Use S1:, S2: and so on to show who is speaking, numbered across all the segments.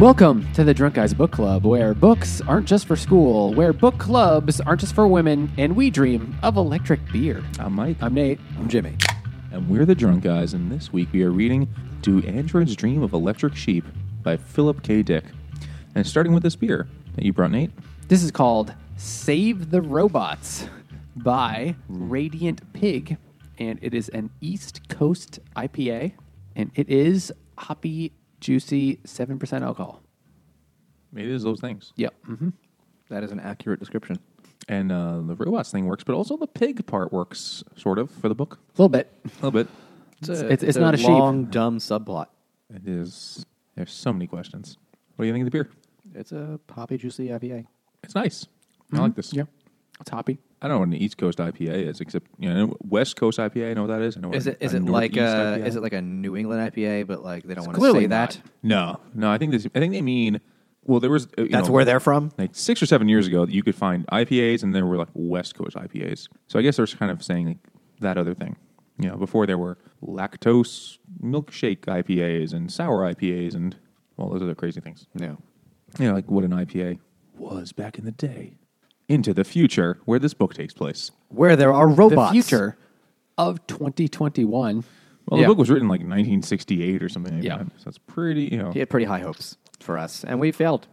S1: Welcome to the Drunk Guys Book Club, where books aren't just for school, where book clubs aren't just for women, and we dream of electric beer.
S2: I'm Mike,
S1: I'm Nate.
S3: I'm Jimmy.
S2: and we're the Drunk Guys, and this week we are reading To Android's Dream of Electric Sheep by Philip K. Dick. And starting with this beer that you brought, Nate.
S1: This is called Save the Robots by Radiant Pig, and it is an East Coast IPA, and it is hoppy, juicy, 7% alcohol.
S2: It is those things.
S1: Yep. hmm
S3: That is an accurate description.
S2: And uh, the robots thing works, but also the pig part works, sort of, for the
S1: A
S2: book.
S1: little bit.
S2: A little bit.
S1: It's- it's- it's not a sheep.
S3: long, dumb subplot.
S2: It is. There's so many questions. What do you think of the beer?
S3: It's a poppy juicy IPA.
S2: It's nice. I
S3: Mm-hmm.
S2: like this.
S1: Yeah. It's hoppy.
S2: I don't know what an East Coast IPA is, except you know West Coast IPA. I know what that is. I know what
S3: Is it
S2: a-
S3: is
S2: a
S3: it like
S2: Northeast
S3: a
S2: IPA.
S3: is it like a New England IPA? But like they don't want to
S1: clearly
S3: say that.
S1: not.
S2: No, no. I think this. I think they mean. Well, there was. uh, you know,
S3: from.
S2: Like six or seven years ago, you could find IPAs, and there were like West Coast IPAs. So I guess they're kind of saying like, that other thing. You know, before there were lactose milkshake IPAs and sour IPAs and all those other crazy things.
S3: No.
S2: You know, like what an IPA was back in the day. Into the future, where this book takes place.
S3: Where there are robots.
S1: The future of 2021.
S2: Well,
S3: Yeah.
S2: the book was written like 1968 or something like
S1: Yeah.
S2: that. So it's pretty, you know.
S3: He had pretty high hopes for us, and we failed.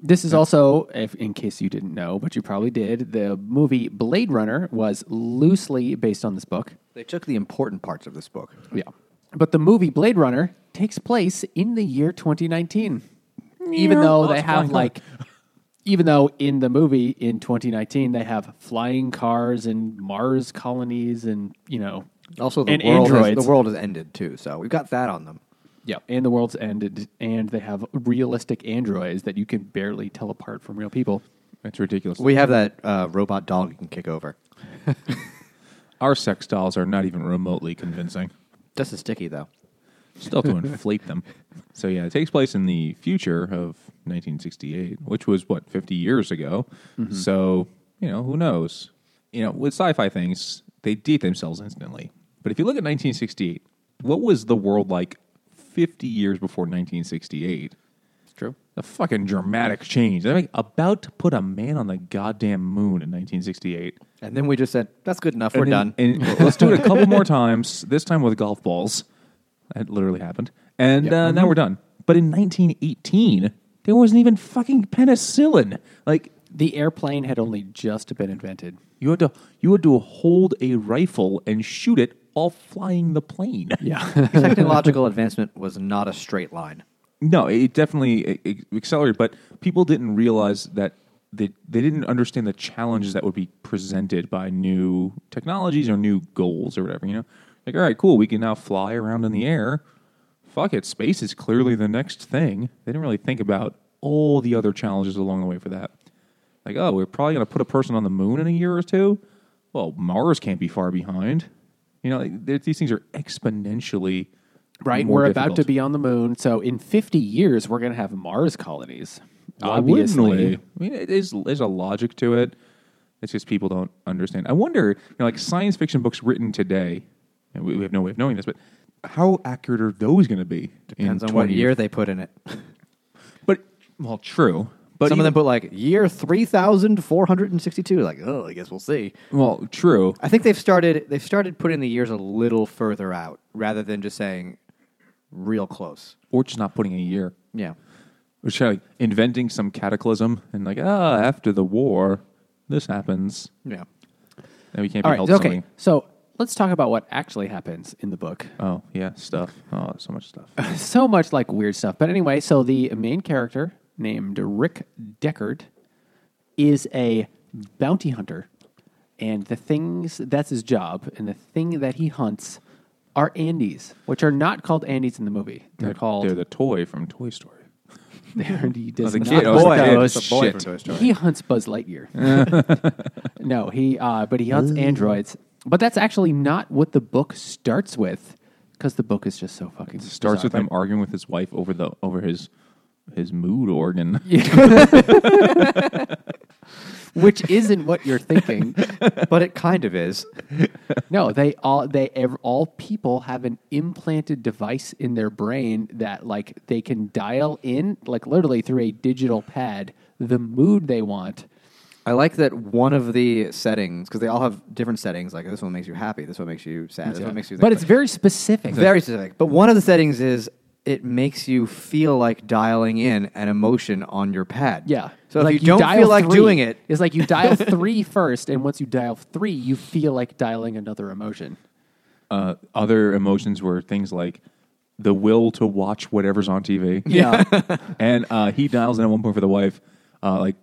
S1: This is also, if, in case you didn't know, but you probably did, the movie Blade Runner was loosely based on this book.
S3: They took the important parts of this book.
S1: Yeah. But the movie Blade Runner takes place in the year 2019. Even
S2: Yeah.
S1: though
S2: Lots
S1: they
S2: of
S1: have
S2: flying
S1: like, even though in the movie in 2019 they have flying cars and Mars colonies and you know
S3: Also, the
S1: and
S3: world has,
S1: androids.
S3: the world has ended too, so we've got that on them.
S1: Yeah, and the world's ended, and they have realistic androids that you can barely tell apart from real people.
S2: It's ridiculous.
S3: We have that uh, robot dog you can kick over.
S2: Our sex dolls are not even remotely convincing.
S3: This is sticky though.
S2: Still have to inflate them. So yeah, it takes place in the future of 1968, which was what 50 years ago. So you know, who knows? You know, with sci-fi things, they date themselves instantly. But if you look at 1968, what was the world like 50 years before 1968?
S1: True.
S2: A fucking dramatic change. They're like about to put a man on the goddamn moon in 1968.
S3: And then we just said, "That's good enough. We're done."
S2: And then- and let's do it a couple more times. This time with golf balls. That literally happened. And uh, now we're done. But in 1918, there wasn't even fucking penicillin. Like
S1: The airplane had only just been invented.
S2: you had to you had to hold a rifle and shoot it while flying the plane.
S1: Yeah.
S3: Technological advancement was not a straight line.
S2: No, it definitely it, it accelerated, but people didn't realize that they they didn't understand the challenges that would be presented by new technologies or new goals or whatever. You know, like all right, cool, we can now fly around in the air. Fuck it, space is clearly the next thing. They didn't really think about all the other challenges along the way for that. Like, oh, we're probably going to put a person on the moon in a year or two. Well, Mars can't be far behind. You know, like, there- these things are exponentially
S1: right.
S2: more
S1: we're about to
S2: difficult.
S1: be on the moon. So in 50 years, we're going to have Mars colonies.
S2: Why wouldn't
S1: obviously.
S2: we? I mean, it is, there's a logic to it. It's just people don't understand. I wonder, you know, like science fiction books written today, and we, we have no way of knowing this, but how accurate are those going to be? in
S3: Depends on what
S2: 20
S3: year they put in it.
S2: But, well, true. But
S3: Some of
S2: even-
S3: them put like year three thousand four hundred and sixty-two. Like, oh, I guess we'll see.
S2: Well, true.
S3: I think they've started. They've started putting the years a little further out rather than just saying real close.
S2: Or just not putting a year.
S3: Yeah,
S2: We're just like inventing some cataclysm and like, ah, after the war, this happens.
S3: yeah.
S2: And we can't
S1: All
S2: be
S1: right.
S2: held
S1: Okay.
S2: to something.
S1: So let's talk about what actually happens in the book.
S2: Oh, yeah, stuff. Oh, so much stuff.
S1: so much like weird stuff. But anyway, so the main character named Rick Deckard is a bounty hunter, and the things that's his job, and the thing that he hunts are Andes, which are not called Andes in the movie. They're called
S2: They're the toy from Toy Story.
S1: they're- he does
S2: the
S1: not
S2: kid- oh,
S1: hunt
S2: the kid.
S1: those.
S2: It's a boy from Toy
S1: He hunts Buzz Lightyear. no, he uh, but he hunts androids. But that's actually not what the book starts with, because the book is just so fucking.
S2: starts with him arguing with his wife over the over his his mood organ.
S1: which isn't what you're thinking.
S3: but it kind of is.
S1: No, they all they ev- all people have an implanted device in their brain that like they can dial in like literally through a digital pad the mood they want.
S3: I like that one of the settings because they all have different settings. Like this one makes you happy. This one makes you sad. This one makes you.
S1: But it's very specific.
S3: very specific. But one of the settings is it makes you feel like dialing in an emotion on your pad.
S1: yeah.
S3: So if you, don't feel like
S1: three-
S3: doing it,
S1: it's like you dial three first, and once you dial three, you feel like dialing another emotion.
S2: Uh, other emotions were things like the will to watch whatever's on TV.
S1: Yeah.
S2: and uh, he dials in at one point for the wife, uh, like,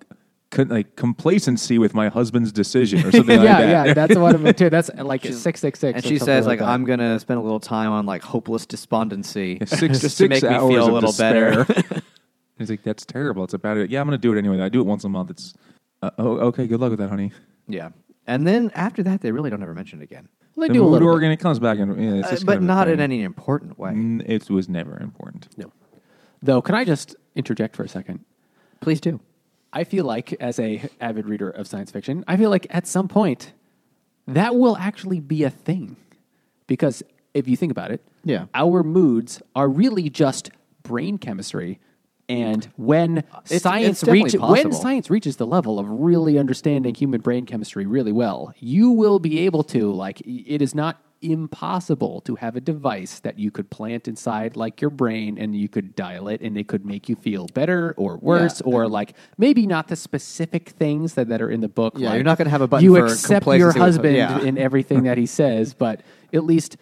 S2: con- like complacency with my husband's decision or something like
S1: yeah,
S2: that.
S1: yeah, that's one of them too. That's uh, like six six six.
S3: and she says like, "I'm gonna spend a little time on like hopeless despondency,
S2: six six
S3: just to make
S2: hours
S3: me feel
S2: of
S3: a little
S2: despair.
S3: better."
S2: He's like, that's terrible. It's a bad. idea." Yeah, I'm gonna do it anyway. I do it once a month. It's uh, oh, okay. Good luck with that, honey.
S3: yeah. And then after that, they really don't ever mention it again,
S1: Well, they
S2: the
S1: do a
S2: mood
S1: little
S2: organ it comes back and yeah, it's
S3: Uh,
S2: just
S3: but
S2: kind of a
S3: not in
S2: thing.
S3: any important way.
S2: Mm, It was never important.
S1: bit. No. Though, can I just interject for a second?
S3: Please do.
S1: I feel like, as a avid reader of science fiction, I feel like at some point that will actually be a thing, because if you think about it,
S3: Yeah.
S1: our moods are really just brain chemistry, and when
S3: it's
S1: science
S3: definitely
S1: reaches when
S3: possible.
S1: science reaches the level of really understanding human brain chemistry really well, you will be able to like y- it is not impossible to have a device that you could plant inside like your brain and you could dial it and it could make you feel better or worse or like maybe not the specific things that, that are in the book
S3: Yeah,
S1: like,
S3: you're not gonna have a button
S1: you
S3: for
S1: accept
S3: complacency
S1: your
S3: with-
S1: husband
S3: yeah.
S1: in everything that he says but at least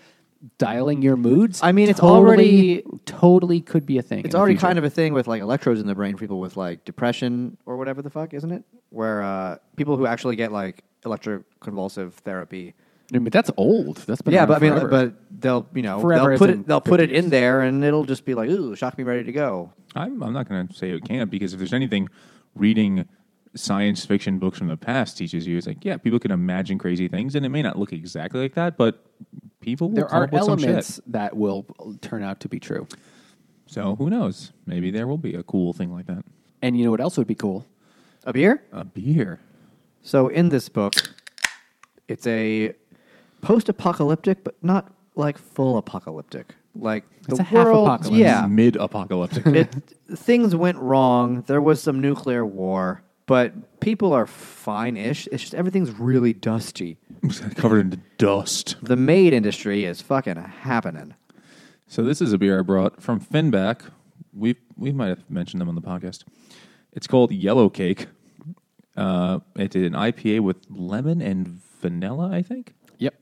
S1: dialing your moods
S3: I mean, it's
S1: totally-
S3: already-
S1: totally could be a thing
S3: It's already kind of a thing with like electrodes in the brain for people with like depression or whatever the fuck, isn't it? Where uh, people who actually get like electroconvulsive therapy.
S1: I mean, that's old that's been
S3: yeah,
S1: around
S3: but I mean,
S1: forever.
S3: but they'll you know
S1: Forever
S3: they'll
S1: as
S3: put
S1: in
S3: it they'll put it in there and it'll just be like ooh shock me ready to go.
S2: I'm, I'm not going to say it can't because if there's anything reading science fiction books from the past teaches you, it's like, yeah, people can imagine crazy things and it may not look exactly like that, but people will
S1: there
S2: come
S1: are
S2: up with some shit.
S1: elements that will turn out to be true.
S2: So who knows? Maybe there will be a cool thing like that.
S1: And you know what else would be cool?
S3: A beer.
S2: A beer.
S3: So in this book, it's a post-apocalyptic, but not like full apocalyptic. Like
S1: It's
S3: the
S1: a half
S3: world,
S1: apocalypse.
S3: yeah.
S2: Mid apocalyptic.
S3: it things went wrong. There was some nuclear war, but people are fine-ish. It's just everything's really dusty.
S2: covered in dust.
S3: The maid industry is fucking happening.
S2: So this is a beer I brought from Finback. We we might have mentioned them on the podcast. It's called Yellow Cake. Uh, it's an IPA with lemon and vanilla, I think.
S1: Yep.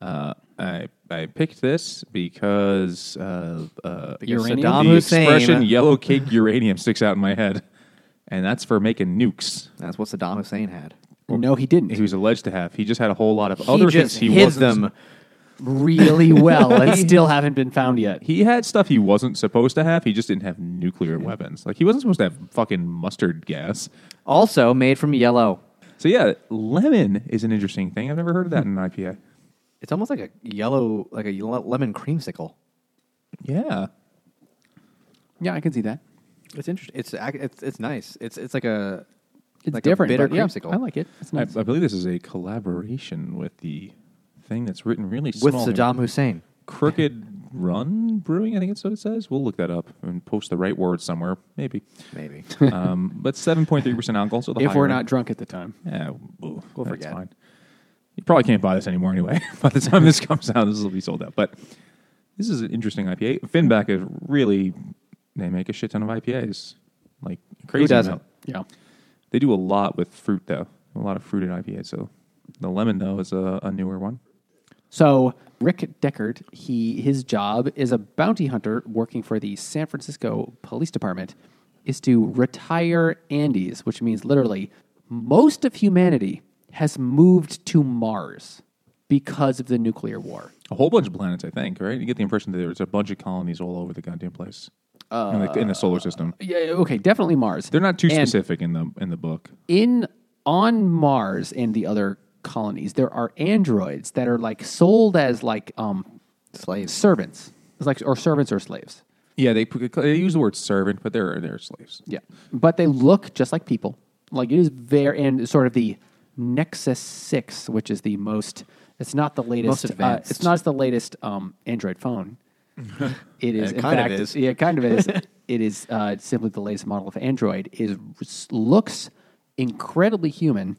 S2: Uh, I I picked this because, uh, uh,
S1: Because
S2: uranium?
S3: Saddam
S2: the
S3: Hussein-
S2: expression "yellow cake uranium" sticks out in my head, and that's for making nukes.
S3: That's what Saddam Hussein had.
S1: no, he didn't.
S2: He was alleged to have. He just had a whole lot of other
S3: he just
S2: things. He
S3: hid
S2: wasn't,
S3: them.
S1: really well and still haven't been found yet.
S2: He had stuff he wasn't supposed to have. He just didn't have nuclear weapons. Like he wasn't supposed to have fucking mustard gas.
S3: Also made from yellow.
S2: So yeah, lemon is an interesting thing. I've never heard of that in an IPA.
S3: It's almost like a yellow, like a yellow lemon creamsicle.
S2: Yeah.
S1: Yeah, I can see that.
S3: It's interesting. It's ac- it's it's nice. It's it's like a
S1: It's
S3: like
S1: different.
S3: a bitter
S1: but yeah,
S3: creamsicle.
S1: I like it. It's
S2: I, I
S1: nice.
S2: believe this is a collaboration with the thing that's written really
S3: with
S2: small. here.
S3: Saddam Hussein.
S2: Crooked Run Brewing, I think that's what it says. We'll look that up and post the right word somewhere, maybe.
S3: Maybe
S2: um, but 7.3% alcohol, so the
S1: if we're
S2: higher-
S1: not drunk at the time.
S2: Yeah, we'll, that's
S3: forget.
S2: Fine. You probably can't buy this anymore anyway. By the time this comes out, this will be sold out. But this is an interesting IPA. Finback is really, they make a shit ton of IPAs. Like crazy.
S3: doesn't?
S2: amount.
S1: Yeah.
S2: They do a lot with fruit, though. A lot of fruit in IPAs. So the lemon, though, is a, a newer one.
S1: So Rick Deckard, he his job is a bounty hunter working for the San Francisco Police Department, is to retire Andes, which means literally most of humanity has moved to Mars because of the nuclear war.
S2: A whole bunch of planets, I think, right? You get the impression that there's a bunch of colonies all over the goddamn place in, the, in the solar system.
S1: Yeah, okay, definitely Mars.
S2: They're not too
S1: And-
S2: specific in the in the book.
S1: in on Mars and the other colonies, there are androids that are like sold as like um
S3: slaves.
S1: servants, It's like or servants or slaves.
S2: Yeah, they they use the word servant, but they're they're slaves.
S1: Yeah, but they look just like people. Like it is very and sort of the Nexus Six, which is the most. It's not the latest. uh,
S3: advanced.
S1: it's not the latest um, Android phone. it is.
S3: It
S1: in
S3: kind of
S1: fact,
S3: is.
S1: Yeah, it kind of is. it is uh, simply the latest model of Android. It is looks incredibly human.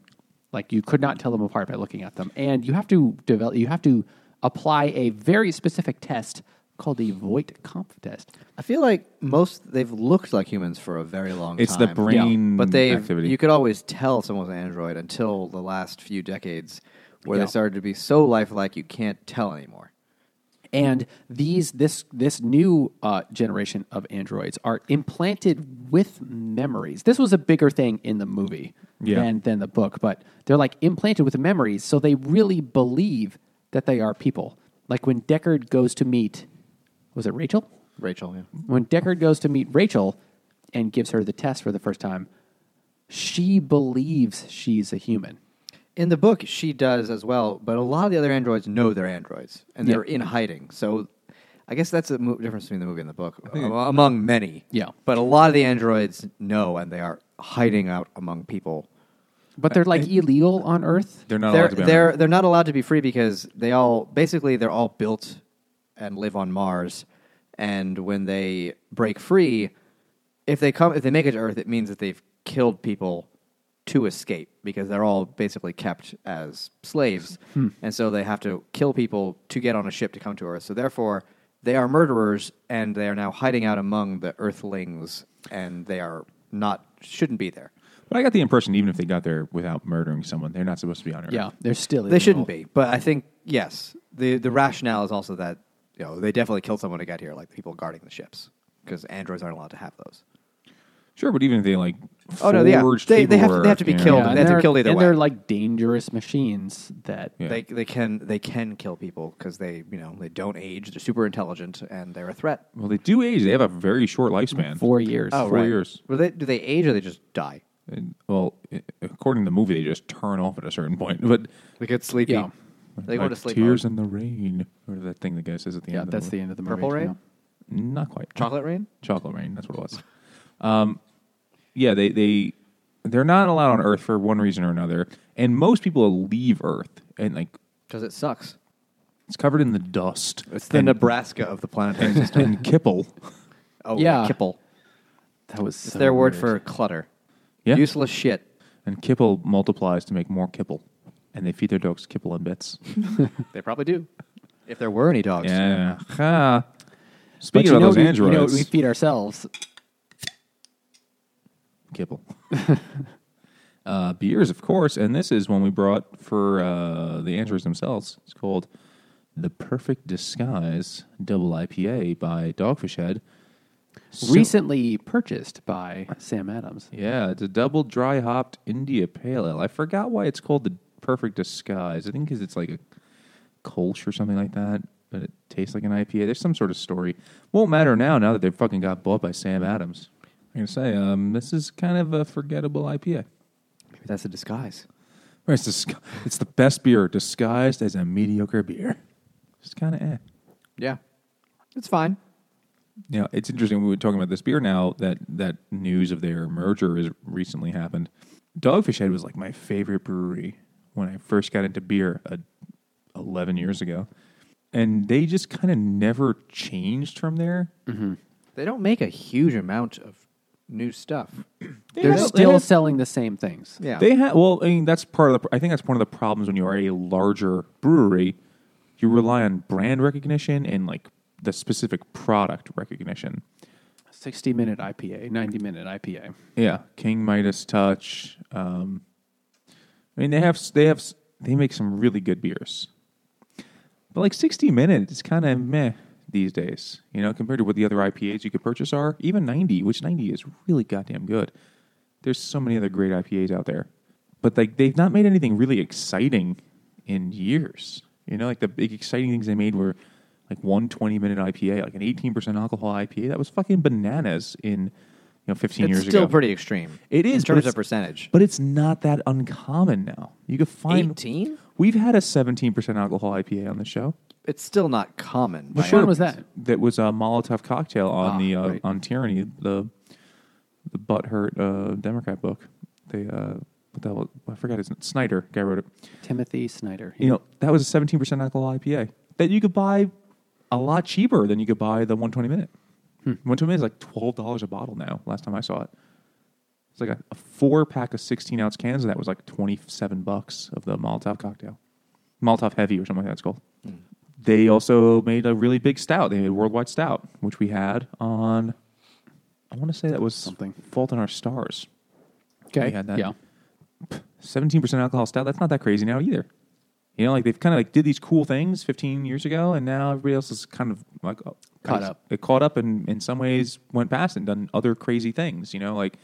S1: Like you could not tell them apart by looking at them, and you have to develop. You have to apply a very specific test called the Voigt Kampf test.
S3: I feel like most they've looked like humans for a very long
S2: It's
S3: time.
S2: the brain
S3: but they
S2: activity.
S3: you could always tell someone was an android until the last few decades, where
S1: Yeah.
S3: they started to be so lifelike you can't tell anymore.
S1: And these this this new uh, generation of androids are implanted with memories. This was a bigger thing in the movie
S2: Yeah.
S1: than than the book, but they're like implanted with memories, so they really believe that they are people. Like when Deckard goes to meet, was it Rachel?
S3: Rachel, yeah.
S1: When Deckard goes to meet Rachel and gives her the test for the first time, she believes she's a human.
S3: In the book, she does as well, but a lot of the other androids know they're androids and they're in hiding. So, I guess that's the mo- difference between the movie and the book, am- among many.
S1: Yeah.
S3: but a lot of the androids know and they are hiding out among people.
S1: But they're like illegal on Earth.
S2: They're not
S3: they're
S2: allowed to be on
S3: they're
S2: Earth.
S3: they're not allowed to be free because they all basically they're all built and live on Mars, and when they break free, if they come if they make it to Earth, it means that they've killed people to escape because they're all basically kept as slaves, and so they have to kill people to get on a ship to come to Earth. So therefore, they are murderers, and they are now hiding out among the Earthlings, and they are not shouldn't be there.
S2: But I got the impression, even if they got there without murdering someone, they're not supposed to be on Earth.
S1: Yeah, they're still illegal.
S3: They shouldn't be, but I think yes. the The rationale is also that you know they definitely killed someone to get here, like the people guarding the ships, because androids aren't allowed to have those.
S2: sure. But even if they like,
S3: Oh, no, yeah.
S2: forged
S3: They- they have to- they
S2: paperwork,
S3: have to be
S2: you know,
S3: killed.
S1: Yeah,
S3: They
S1: and
S3: have to
S1: they're-
S3: kill either
S1: and
S3: way.
S1: they're like dangerous machines that
S2: Yeah.
S3: They they can they can kill people because they you know they don't age. They're super intelligent and they're a threat.
S2: Well, they do age. They have a very short lifespan.
S1: four years.
S2: Oh,
S3: Four
S2: right. years.
S3: Well, they, do they age or they just die?
S2: And, well, i- according to the movie, they just turn off at a certain point. But
S3: They get sleepy.
S1: Yeah.
S3: They go
S2: like,
S3: to sleep.
S2: Tears
S3: mode.
S2: in the rain, or that thing the guy says at the
S1: Yeah,
S2: end.
S1: that's
S2: of the,
S1: the end of the movie.
S3: Purple Rain?
S2: movie. Not quite.
S3: chocolate rain.
S2: Chocolate rain. That's what it was. Um, yeah, they they they're not allowed on Earth for one reason or another, and most people leave Earth and like
S3: Because it sucks.
S2: it's covered in the dust.
S3: It's the
S2: and,
S3: Nebraska of the planetary system.
S2: and kipple.
S3: Oh
S1: Yeah.
S3: kipple.
S1: That was
S3: It's their word for clutter.
S2: Yeah.
S3: Useless shit.
S2: And kipple multiplies to make more kipple, and they feed their dogs kipple and bits.
S3: They probably do. If there were any dogs.
S2: Yeah. Ha. Speaking of
S1: know,
S2: those
S1: we,
S2: androids,
S1: you know, we feed ourselves.
S2: kipple. uh, beers, of course, and this is one we brought for uh, the androids themselves. It's called the Perfect Disguise Double IPA by Dogfish Head. So-
S1: recently purchased by Sam Adams.
S2: yeah, it's a double dry hopped India Pale Ale. I forgot why it's called the Perfect Disguise. I think because it's like a Kolsch or something like that, but it tastes like an IPA. There's some sort of story. Won't matter now. Now that they fucking got bought by Sam Adams, I'm gonna say um, this is kind of a forgettable IPA.
S3: Maybe that's a disguise.
S2: Or It's, dis- it's the best beer disguised as a mediocre beer. It's kind of eh.
S3: Yeah. It's fine.
S2: You know, it's interesting. We were talking about this beer now that that news of their merger has recently happened. Dogfish Head was like my favorite brewery when I first got into beer uh, 11 years ago. And they just kind of never changed from there.
S3: They don't make a huge amount of new stuff.
S1: They're
S2: have-
S1: still
S2: they have-
S1: selling the same things.
S3: Yeah.
S2: They had well, I mean that's part of the. pr- I think that's one of the problems when you are a larger brewery, you rely on brand recognition and like the specific product recognition.
S1: 60 minute IPA, 90 minute IPA.
S2: Yeah, King Midas Touch. Um, I mean, they have they have they make some really good beers, but like sixty minutes is kind of meh these days. You know, compared to what the other IPAs you could purchase are, even ninety, which ninety is really goddamn good. There's so many other great IPAs out there, but like they've not made anything really exciting in years. You know, like the big exciting things they made were like one 20 minute IPA, like an 18% alcohol IPA. That was fucking bananas in you know 15
S3: it's
S2: years
S3: still
S2: ago.
S3: pretty extreme.
S2: It is
S3: in
S2: but
S3: terms
S2: it's-
S3: of percentage.
S2: but it's not that uncommon now. You could find
S3: 18?
S2: We've had a seventeen percent alcohol IPA on the show.
S3: It's still not common.
S1: Which
S3: by
S1: one
S3: any
S1: was
S3: means.
S1: that?
S2: That was a Molotov cocktail on
S1: Ah,
S2: the uh,
S1: right.
S2: on tyranny the the butthurt uh, Democrat book. they uh, what the hell? I forgot his name. Snyder guy wrote it.
S1: Timothy Snyder.
S2: You know that was a seventeen percent alcohol IPA that you could buy a lot cheaper than you could buy the one twenty minute.
S1: Hmm.
S2: One twenty minute is like twelve dollars a bottle now. Last time I saw it, it's like a, a four pack of sixteen ounce cans and that was like twenty seven bucks of the Molotov cocktail, Molotov Heavy or something like that. It's called.
S1: Hmm.
S2: They also made a really big stout. They made a worldwide stout, which we had on. I want to say that was
S1: Something.
S2: Fault in Our Stars.
S1: okay.
S2: we had that.
S1: Yeah.
S2: Seventeen percent alcohol stout. That's not that crazy now either. You know, like they've kind of like did these cool things 15 years ago, and now everybody else is kind of like uh,
S1: Caught
S2: kind of-
S1: up.
S2: It caught up, and in some ways went past and done other crazy things. You know, like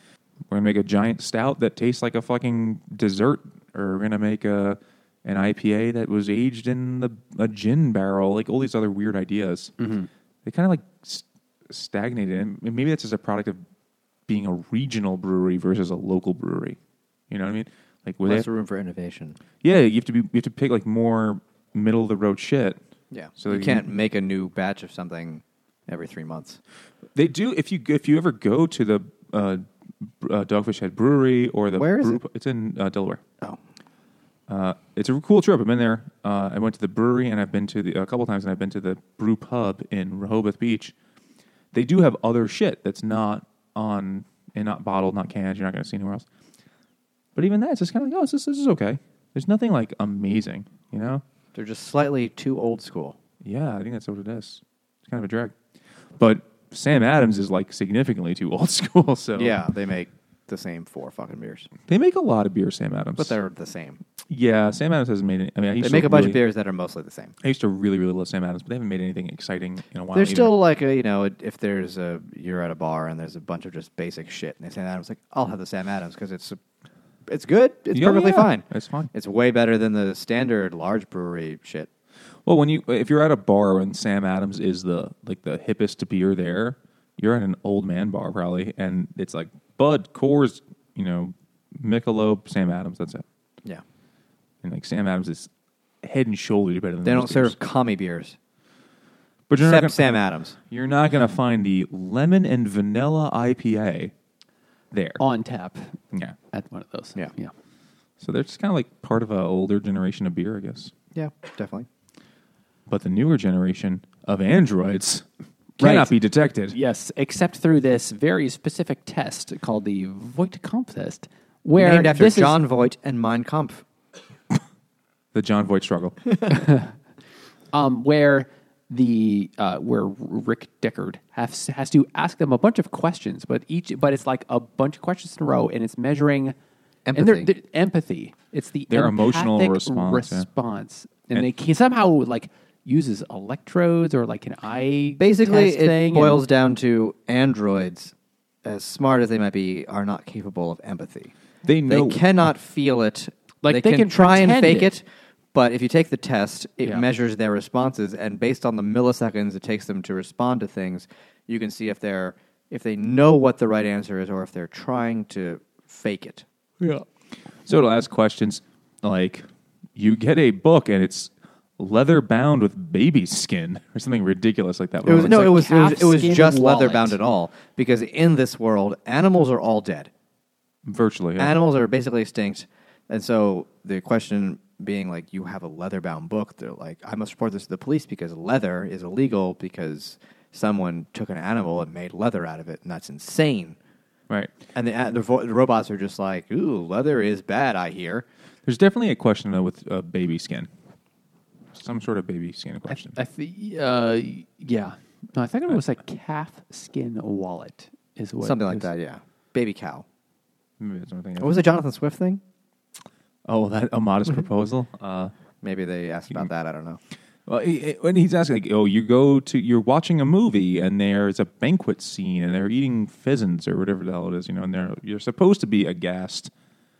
S2: we're gonna make a giant stout that tastes like a fucking dessert, or we're gonna make a an IPA that was aged in the a gin barrel. Like all these other weird ideas. They kind of like st- stagnated, and maybe that's just a product of being a regional brewery versus a local brewery. You know what I mean? Like, were they
S3: Less room for innovation.
S2: yeah, you have to be. You have to pick like more middle of the road shit.
S3: Yeah.
S2: So
S3: So you
S2: they-
S3: can't make a new batch of something every three months.
S2: They do if you if you ever go to the uh, uh, Dogfish Head Brewery or the
S3: Where is
S2: brew-
S3: it?
S2: It's in uh, Delaware.
S3: Oh.
S2: Uh, it's a cool trip. I've been there. Uh, I went to the brewery and I've been to the a couple times and I've been to the brew pub in Rehoboth Beach. They do have other shit that's not on and not bottled, not canned. You're not going to see anywhere else. But even that, it's just kind of like, oh, this is, this is okay. There's nothing like amazing, you know.
S3: They're just slightly too old school.
S2: Yeah, I think that's what it is. It's kind of a drag. But Sam Adams is like significantly too old school. So
S3: Yeah, they make the same four fucking beers,
S2: they make a lot of beer, Sam Adams.
S3: but they're the same.
S2: yeah, Sam Adams hasn't made any. I mean, I used
S3: They
S2: to
S3: make a bunch
S2: really-
S3: of beers that are mostly the same.
S2: I used to really, really love Sam Adams, but they haven't made anything exciting in a while.
S3: There's
S2: either.
S3: still like a you know if there's a you're at a bar and there's a bunch of just basic shit and they say Adams like I'll have the Sam Adams because it's it's good it's
S2: Yeah, oh,
S3: perfectly
S2: yeah,
S3: fine
S2: it's fine.
S3: it's way better than the standard large brewery shit
S2: Well, when you if you're at a bar and Sam Adams is the like the hippest beer there, you're at an old man bar probably, and it's like Bud Coors, you know, Michelob, Sam Adams. That's it.
S3: yeah
S2: And like Sam Adams is head and shoulders better than
S3: they don't
S2: those beers.
S3: serve commie beers
S2: But you're not
S3: except
S2: gonna-
S3: Sam Adams
S2: You're not going to find the lemon and vanilla IPA there.
S1: On tap
S2: Yeah.
S1: at one of those.
S3: Yeah.
S1: Yeah.
S2: So they're just kind of like part of an older generation of beer, I guess.
S3: yeah definitely
S2: But the newer generation of androids cannot
S1: Right.
S2: be detected.
S1: Yes, except through this very specific test called the Voigt Kampf test, where
S3: named after
S1: this is-
S3: John Voight and Mein Kampf
S2: The John Voight struggle.
S1: um, where the uh, where Rick Deckard has has to ask them a bunch of questions, but each but it's like a bunch of questions in a row, and it's measuring and they're-
S3: Empathy.
S1: they're- empathy. It's the
S2: Their emotional
S1: empathic
S2: response, yeah.
S1: response. and,
S2: And-
S1: they can somehow like uses electrodes or like an eye
S3: basically
S1: test thing and-
S3: it boils down to androids as smart as they might be are not capable of empathy
S2: They know-
S3: cannot feel it
S1: Like, they
S3: can,
S1: can
S3: try and
S1: pretend
S3: fake
S1: it.
S3: it. but if you take the test it
S1: Yeah.
S3: measures their responses and based on the milliseconds it takes them to respond to things you can see if they're if they know what the right answer is or if they're trying to fake it
S2: yeah. So it'll ask questions like you get a book and it's leather bound with baby skin or something ridiculous like that.
S3: it was, no,
S1: like
S3: it was, it was
S1: calf
S3: it was
S1: skin
S3: just leather
S1: wallet.
S3: bound at all because in this world animals are all dead
S2: virtually. yeah.
S3: animals are basically extinct and so the question being like you have a leather bound book they're like i must report this to the police because leather is illegal because someone took an animal and made leather out of it and that's insane
S2: Right.
S3: and the, the, vo- the robots are just like ooh leather is bad i hear
S2: There's definitely a question though with uh, baby skin. Some sort of baby skin question.
S1: I th- uh, yeah. No, I think it was like calf skin wallet is what
S3: something like
S1: is-
S3: that yeah baby cow
S2: Maybe that's one thing.
S3: what was the jonathan swift thing
S2: Oh, that a modest proposal. Uh,
S3: maybe they asked about
S1: Mm-hmm.
S3: that i don't know
S2: well, he- he- when he's asking, like, oh, you go to, you're watching a movie, and there's a banquet scene, and they're eating pheasants or whatever the hell it is, you know, and they're you're supposed to be aghast,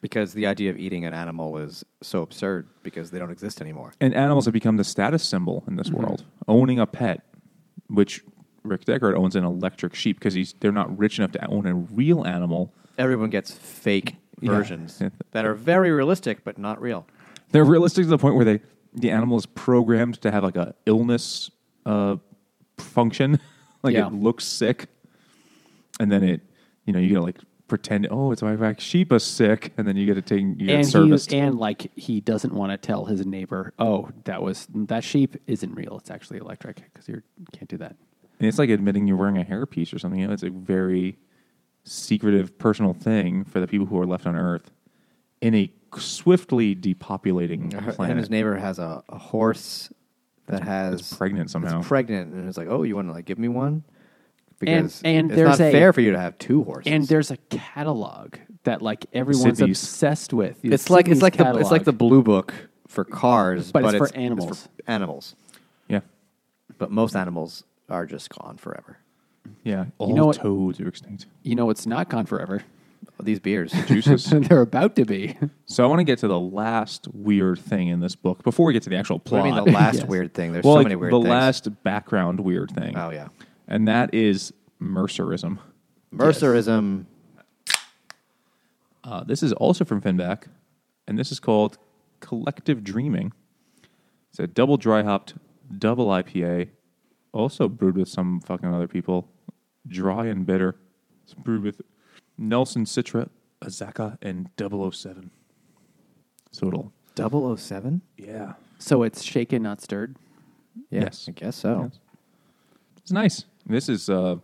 S3: because the idea of eating an animal is so absurd because they don't exist anymore
S2: and animals have become the status symbol in this world. Owning a pet, which Rick Deckard owns an electric sheep because he's they're not rich enough to own a real animal.
S3: everyone gets fake
S2: Yeah.
S3: versions
S2: Yeah.
S3: that are very realistic but not real.
S2: They're realistic to the point where they the animal is programmed to have like a illness uh, function, like
S1: Yeah.
S2: it looks sick, and then it you know you get like pretend, oh, it's my vac sheep is sick, and then you get it taken, you get
S1: and
S2: serviced.
S1: he and like he doesn't want to tell his neighbor, "Oh, that was that sheep isn't real. It's actually electric because you can't do that."
S2: And it's like admitting you're wearing a hairpiece or something. You know, it's a very secretive, personal thing for the people who are left on Earth in a swiftly depopulating
S1: Uh,
S3: And
S2: planet.
S3: his neighbor has a, a horse that has
S2: pregnant somehow.
S3: It's pregnant, and it's like, oh, you want to like give me one?
S1: and
S3: it's
S1: there's
S3: not
S1: a-
S3: fair for you to have two horses.
S1: And there's a catalog that like everyone's
S2: Sydney's.
S1: obsessed with.
S3: it's like it's
S1: Sydney's
S3: like the, it's like
S1: catalog.
S3: the blue book for cars,
S1: But
S3: but,
S1: it's for
S3: It's
S1: animals.
S3: for animals,
S2: yeah.
S3: but most animals are just gone forever.
S2: Yeah. All
S1: know what-
S2: toads are extinct.
S1: you know it's not gone forever.
S3: These beers.
S2: Juices.
S1: They're about to be.
S2: so I want to get to the last weird thing in this book before we get to the actual
S3: What
S2: plot.
S3: do you mean the last
S1: Yes.
S3: weird thing? There's
S2: well,
S3: so
S2: like,
S3: many weird
S2: the
S3: things.
S2: last background weird thing.
S3: Oh, yeah.
S2: And that is Mercerism.
S3: Mercerism.
S2: Uh, this is also from Finback, and this is called Collective Dreaming. It's a double dry hopped, double IPA, also brewed with some fucking other people, dry and bitter. It's brewed with Nelson Citra, Azaka, and 007. So it'll,
S3: 007?
S2: yeah.
S1: So it's shaken, not stirred.
S2: Yes.
S3: I guess so.
S2: Yes. It's nice. This is uh,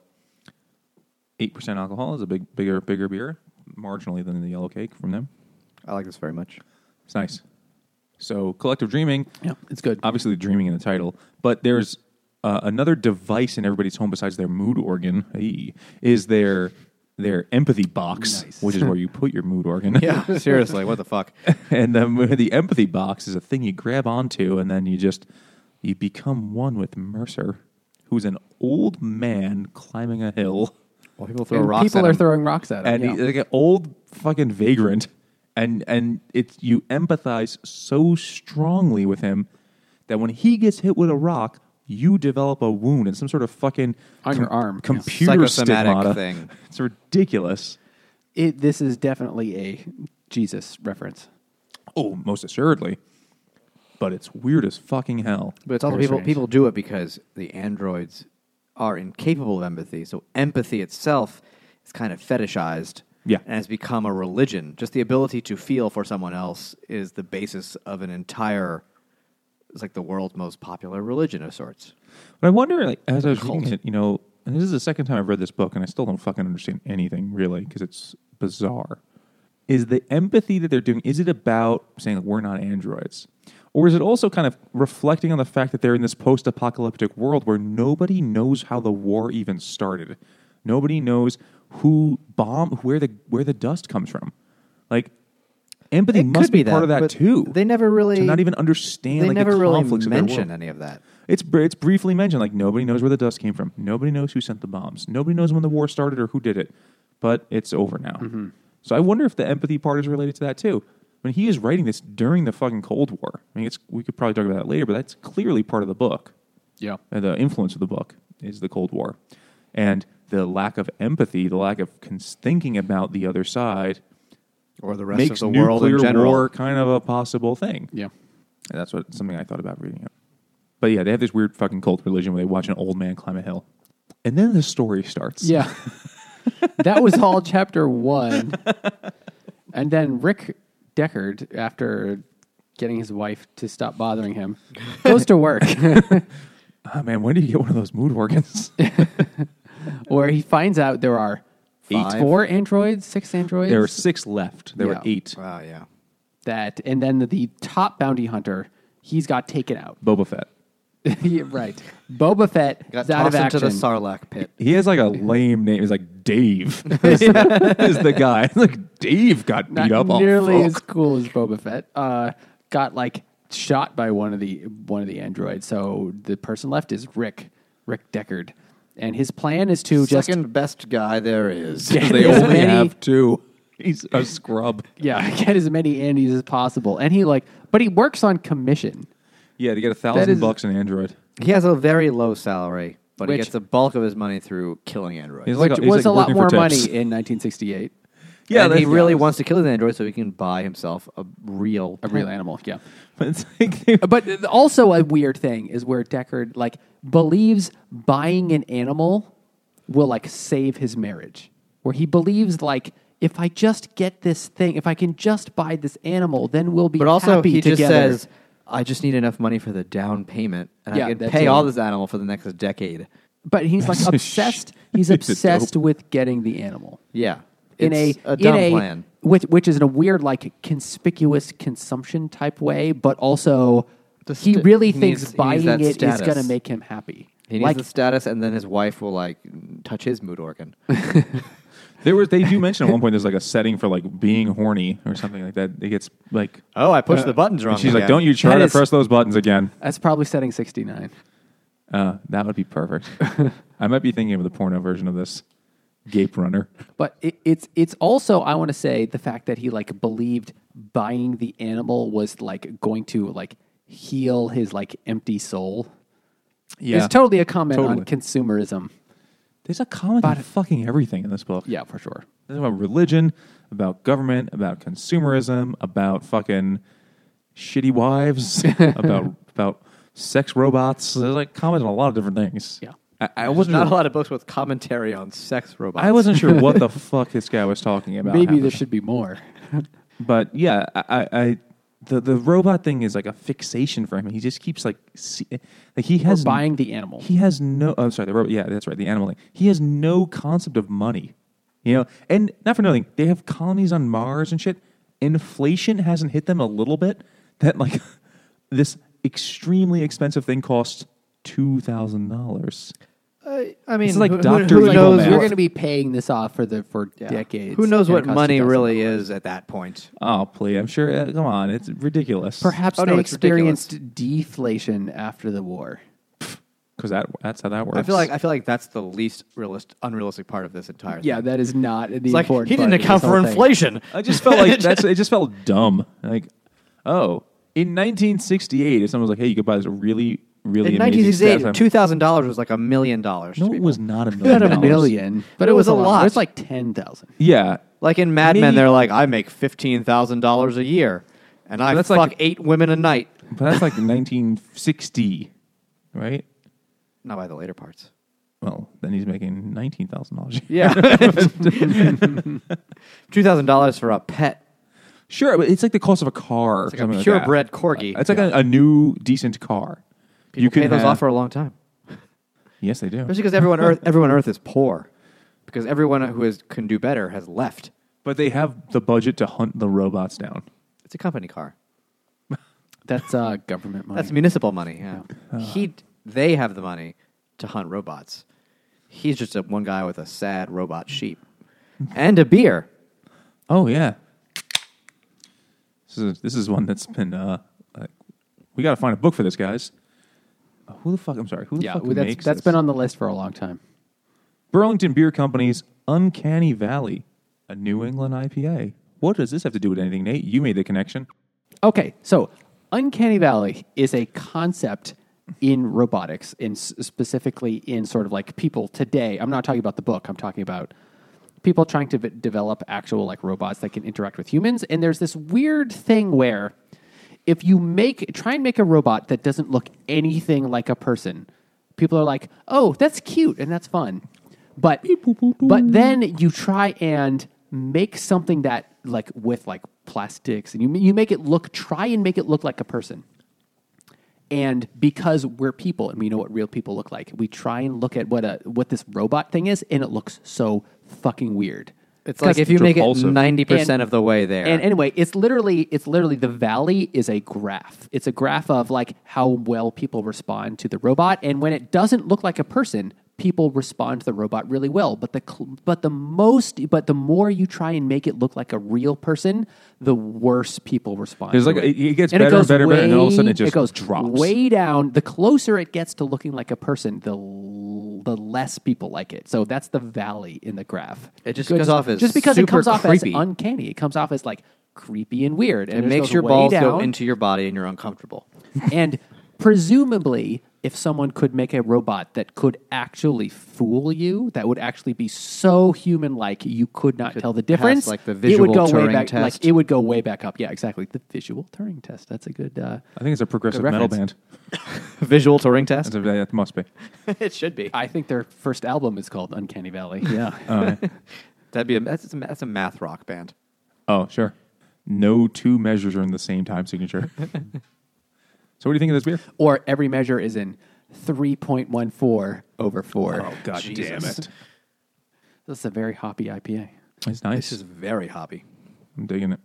S2: 8% alcohol. It's a big, bigger, bigger beer, marginally than the yellow cake from them.
S3: I like this very much.
S2: It's nice. So, collective dreaming.
S1: Yeah, it's good.
S2: Obviously, dreaming in the title, but there's uh, another device in everybody's home besides their mood organ. Hey, is their their empathy box,
S1: Nice.
S2: which is where you put your mood organ.
S3: Yeah, seriously, what the fuck?
S2: and the mo- the empathy box is a thing you grab onto, and then you just you become one with Mercer, who's an old man climbing a hill,
S3: Well, people throw
S1: And
S3: rocks.
S1: people
S3: at
S1: are
S3: him. uh,
S1: throwing rocks at him.
S2: and
S1: yeah.
S2: he's like an old fucking vagrant, and and it's you empathize so strongly with him that when he gets hit with a rock. You develop a wound and some sort of fucking
S1: On your arm.
S2: computer
S3: Psychosomatic
S2: stigmata.
S3: thing.
S2: It's ridiculous.
S1: It, this is definitely a Jesus reference.
S2: Oh, most assuredly, but it's weird as fucking hell.
S3: But it's also
S1: Very
S3: people
S1: strange.
S3: people do it because the androids are incapable of empathy. So empathy itself is kind of fetishized.
S2: Yeah.
S3: And has become a religion. Just the ability to feel for someone else is the basis of an entire it's like the world's most popular religion of sorts.
S2: But I wonder, like, as I was reading it, you know, and this is the second time I've read this book, and I still don't fucking understand anything really because it's bizarre. Is the empathy that they're doing? Is it about saying like, we're not androids, or is it also kind of reflecting on the fact that they're in this post-apocalyptic world where nobody knows how the war even started? Nobody knows who bomb where the where the dust comes from. Like empathy
S3: It
S2: must
S3: could be
S2: part of
S3: that,
S2: that
S3: but
S2: too.
S3: they never really-
S2: to not even understand.
S3: they
S2: like,
S3: never
S2: the
S3: really
S2: conflicts of their world.
S3: mention any of that.
S2: It's br- it's briefly mentioned. Like nobody knows where the dust came from. Nobody knows who sent the bombs. Nobody knows when the war started or who did it. But it's over now.
S3: Mm-hmm.
S2: So I wonder if the empathy part is related to that too. I mean, he is writing this during the fucking Cold War. I mean, it's we could probably talk about that later, but that's clearly part of the book.
S1: Yeah.
S2: Uh, the influence of the book is the Cold War, and the lack of empathy, the lack of cons- thinking about the other side,
S3: Or the rest
S2: makes
S3: of the world in
S2: nuclear
S3: general.
S2: war kind of a possible thing.
S1: Yeah.
S2: And that's what something I thought about reading it. But yeah, they have this weird fucking cult religion where they watch an old man climb a hill. And then the story starts.
S1: Yeah. that was all chapter one. And then Rick Deckard, after getting his wife to stop bothering him, goes to work
S2: Oh, man, when do you get one of those mood organs?
S1: where he finds out there are
S3: Five.
S1: eight, four androids, six androids.
S2: there were six left. There were
S1: Yeah.
S2: eight.
S3: Wow, yeah.
S1: that. And then the, top bounty hunter, he's got taken out.
S2: Boba Fett.
S1: Yeah, right. Boba Fett
S3: Got
S1: is out of
S3: tossed into
S1: action.
S3: the Sarlacc pit.
S2: He has like a lame name. He's like Dave is, is the guy. Like Dave got beat
S1: Not
S2: up. Oh,
S1: nearly
S2: fuck.
S1: as cool as Boba Fett. Uh, got like shot by one of the one of the androids. So the person left is Rick, Rick Deckard, and his plan is to just
S3: Second best guy there is.
S1: Yeah.
S2: they
S1: as
S2: only
S1: many-
S2: have two. He's a scrub.
S1: yeah get as many Andes as possible. And he like, but he works on commission.
S2: Yeah, to get a thousand
S1: is-
S2: bucks in Android.
S3: He has a very low salary, but he
S1: Which-
S3: gets the bulk of his money through killing androids.
S2: He's
S1: Which
S2: like, he's
S1: was
S2: like
S1: a lot
S2: working for
S1: more money
S2: tips.
S1: in 1968.
S2: Yeah,
S3: and he
S2: that's-
S3: really wants to kill the android so he can buy himself a real
S1: A real animal, yeah.
S2: But it's like they-
S1: But also a weird thing is where Deckard like believes buying an animal will like save his marriage. Where he believes like if I just get this thing, if I can just buy this animal, then we'll be
S3: But also,
S1: happy
S3: he just
S1: together.
S3: says, "I just need enough money for the down payment, and
S1: Yeah,
S3: I can
S1: that's
S3: pay
S1: it.
S3: all this animal for the next decade."
S1: but he's like obsessed. He's
S2: It's a
S1: obsessed with getting the animal.
S3: Yeah,
S1: in a,
S3: it's dumb
S1: in a
S3: plan.
S1: which which is in a weird like conspicuous consumption type way, but also
S3: The
S1: he
S3: sta-
S1: really
S3: he
S1: thinks
S3: needs- he needs
S1: buying
S3: that
S1: it is
S3: status.
S1: going to make him happy.
S3: He needs
S1: like
S3: the status, and then his wife will like touch his mood organ.
S2: There was they do mention at one point there's like a setting for like being horny or something like that. It gets like
S3: oh, I pushed the buttons wrong.
S2: and she's like, "Don't you try
S1: That
S2: to
S1: is-
S2: press those buttons again."
S1: that's probably setting sixty nine.
S2: Uh, that would be perfect. I might be thinking of the porno version of this. Gape runner.
S1: But it, it's it's also I want to say the fact that he like believed buying the animal was like going to like heal his like empty soul.
S2: Yeah.
S1: It's totally a comment
S2: Totally.
S1: on consumerism.
S2: There's a comment about fucking everything in this book.
S1: Yeah, for sure.
S2: There's about religion, about government, about consumerism, about fucking shitty wives, about about sex robots. There's like comments on a lot of different things.
S1: Yeah.
S2: I, I wasn't
S3: Not a
S2: sure,
S3: lot of books with commentary on sex robots.
S2: I wasn't sure what the fuck this guy was talking about.
S1: Maybe
S2: half
S1: there
S2: the
S1: should be more.
S2: but yeah, I, I, I the the robot thing is like a fixation for him. He just keeps like, see, like he has
S1: buying the animal.
S2: He has no. I'm sorry, the robot. Yeah, that's right, the animal thing. He has no concept of money, you know. And not for nothing, they have colonies on Mars and shit. Inflation hasn't hit them a little bit. That like this extremely expensive thing costs two thousand dollars.
S3: I, I mean,
S2: It's like
S3: who- who-
S2: Dr.
S3: Who,
S2: Evil
S3: knows?
S2: Man.
S1: You're
S2: what-
S1: going to be paying this off for the for decades.
S3: Who knows
S1: and
S3: what
S1: cost
S3: money
S1: $2,000.
S3: really is at that point?
S2: Oh, please! I'm sure. uh, Come on, it's ridiculous.
S1: Perhaps
S3: Oh, no,
S1: they
S3: it's ridiculous.
S1: experienced deflation after the war.
S2: because that that's how that works.
S3: I feel like I feel like that's the least realist, unrealistic part of this entire.
S1: Yeah,
S3: thing.
S1: that is not the
S3: it's like
S1: important.
S3: he didn't
S1: part of this
S3: account for
S1: whole thing.
S3: inflation.
S2: I just felt like that's it just felt dumb. Like, oh, in 1968, if someone was like, "Hey, you could buy this really, really
S3: In
S2: amazing
S3: 1968,
S2: staff-
S3: two thousand dollars was like a million dollars. to
S2: no, it
S3: people.
S2: was not a million.
S1: Not a
S2: dollars.
S1: million, but it was a lot. It's like ten thousand.
S2: Yeah,
S3: Like in Mad
S2: Maybe-
S3: Men, they're like, I make fifteen thousand dollars a year, and I
S2: That's
S3: fuck
S2: like-
S3: eight women a night.
S2: but that's like 1960, right?
S3: Not by the later parts.
S2: Well, then he's making nineteen thousand dollars.
S3: Yeah, two thousand dollars for a pet.
S2: Sure, but it's like the cost of a car. It's
S3: like a purebred corgi.
S2: It's like a, a new decent car.
S3: People pay those off for a long time,
S2: Yes, they do.
S3: especially because everyone Earth, everyone on Earth is poor, because everyone who is can do better has left.
S2: But they have the budget to hunt the robots down.
S3: It's a company car.
S1: That's uh, government money.
S3: That's municipal money. Yeah, he they have the money to hunt robots. He's just a, one guy with a sad robot sheep and a beer.
S2: Oh yeah. This is this is one that's been uh, like, we got to find a book for this, guys. Uh, Who the fuck? I'm sorry. Who the
S1: yeah,
S2: fuck
S1: well, that's
S2: makes
S1: that's
S2: this?
S1: been on the list for a long time.
S2: Burlington Beer Company's Uncanny Valley, a New England IPA. What does this have to do with anything, Nate? You made the connection.
S1: Okay, so Uncanny Valley is a concept in robotics, and s- specifically in sort of like people today. I'm not talking about the book. I'm talking about people trying to v- develop actual like robots that can interact with humans. And there's this weird thing where if you make try and make a robot that doesn't look anything like a person, people are like, "Oh, that's cute and that's fun." But but then you try and make something that like with like plastics and you you make it look try and make it look like a person. And because we're people and we know what real people look like, we try and look at what a what this robot thing is and it looks so fucking weird.
S3: It's like
S1: 'Cause-
S3: if you make it
S2: repulsive.
S3: ninety percent
S1: And-
S3: of the way there.
S1: and anyway, it's literally it's literally the valley is a graph. It's a graph of like how well people respond to the robot, and when it doesn't look like a person, people respond to the robot really well. But the cl- but the most but the more you try and make it look like a real person, the worse people respond.
S2: There's
S1: to
S2: like a-
S1: it.
S2: it gets
S1: and it
S2: better and
S1: goes
S2: better and better, and then all of a sudden it
S1: way-
S2: just
S1: goes
S2: drops.
S1: way down. The closer it gets to looking like a person, the l- the less people like it. So that's the valley in the graph.
S3: It just
S1: Good-
S3: goes off as
S1: just because it
S3: super
S1: comes off as
S3: creepy.
S1: uncanny. It comes off as like creepy and weird, and
S3: it
S1: just
S3: makes
S1: goes
S3: your
S1: way
S3: balls
S1: down.
S3: go into your body and you're uncomfortable.
S1: and presumably, if someone could make a robot that could actually fool you, that would actually be so human-like you could not tell the difference.
S3: like, the
S1: it would
S3: visual
S1: go way
S3: Turing
S1: back.
S3: test.
S1: Like it would go way back up. Yeah, exactly. The visual Turing test. That's a good. Uh,
S2: I think it's a progressive
S1: Good
S2: metal
S1: reference.
S2: band.
S3: Visual Turing test.
S2: That's a, that must be.
S3: it should be.
S1: I think their first album is called Uncanny Valley. Uh, Yeah.
S2: All right.
S3: That'd be a that's, that's a that's a math rock band.
S2: Oh, sure. No two measures are in the same time signature. so, what do you think of this beer?
S1: Or every measure is in 3.14 over 4.
S3: Oh,
S2: God
S3: Jesus.
S1: This is a very hoppy IPA.
S2: It's nice.
S3: This is very hoppy,
S2: I'm digging it.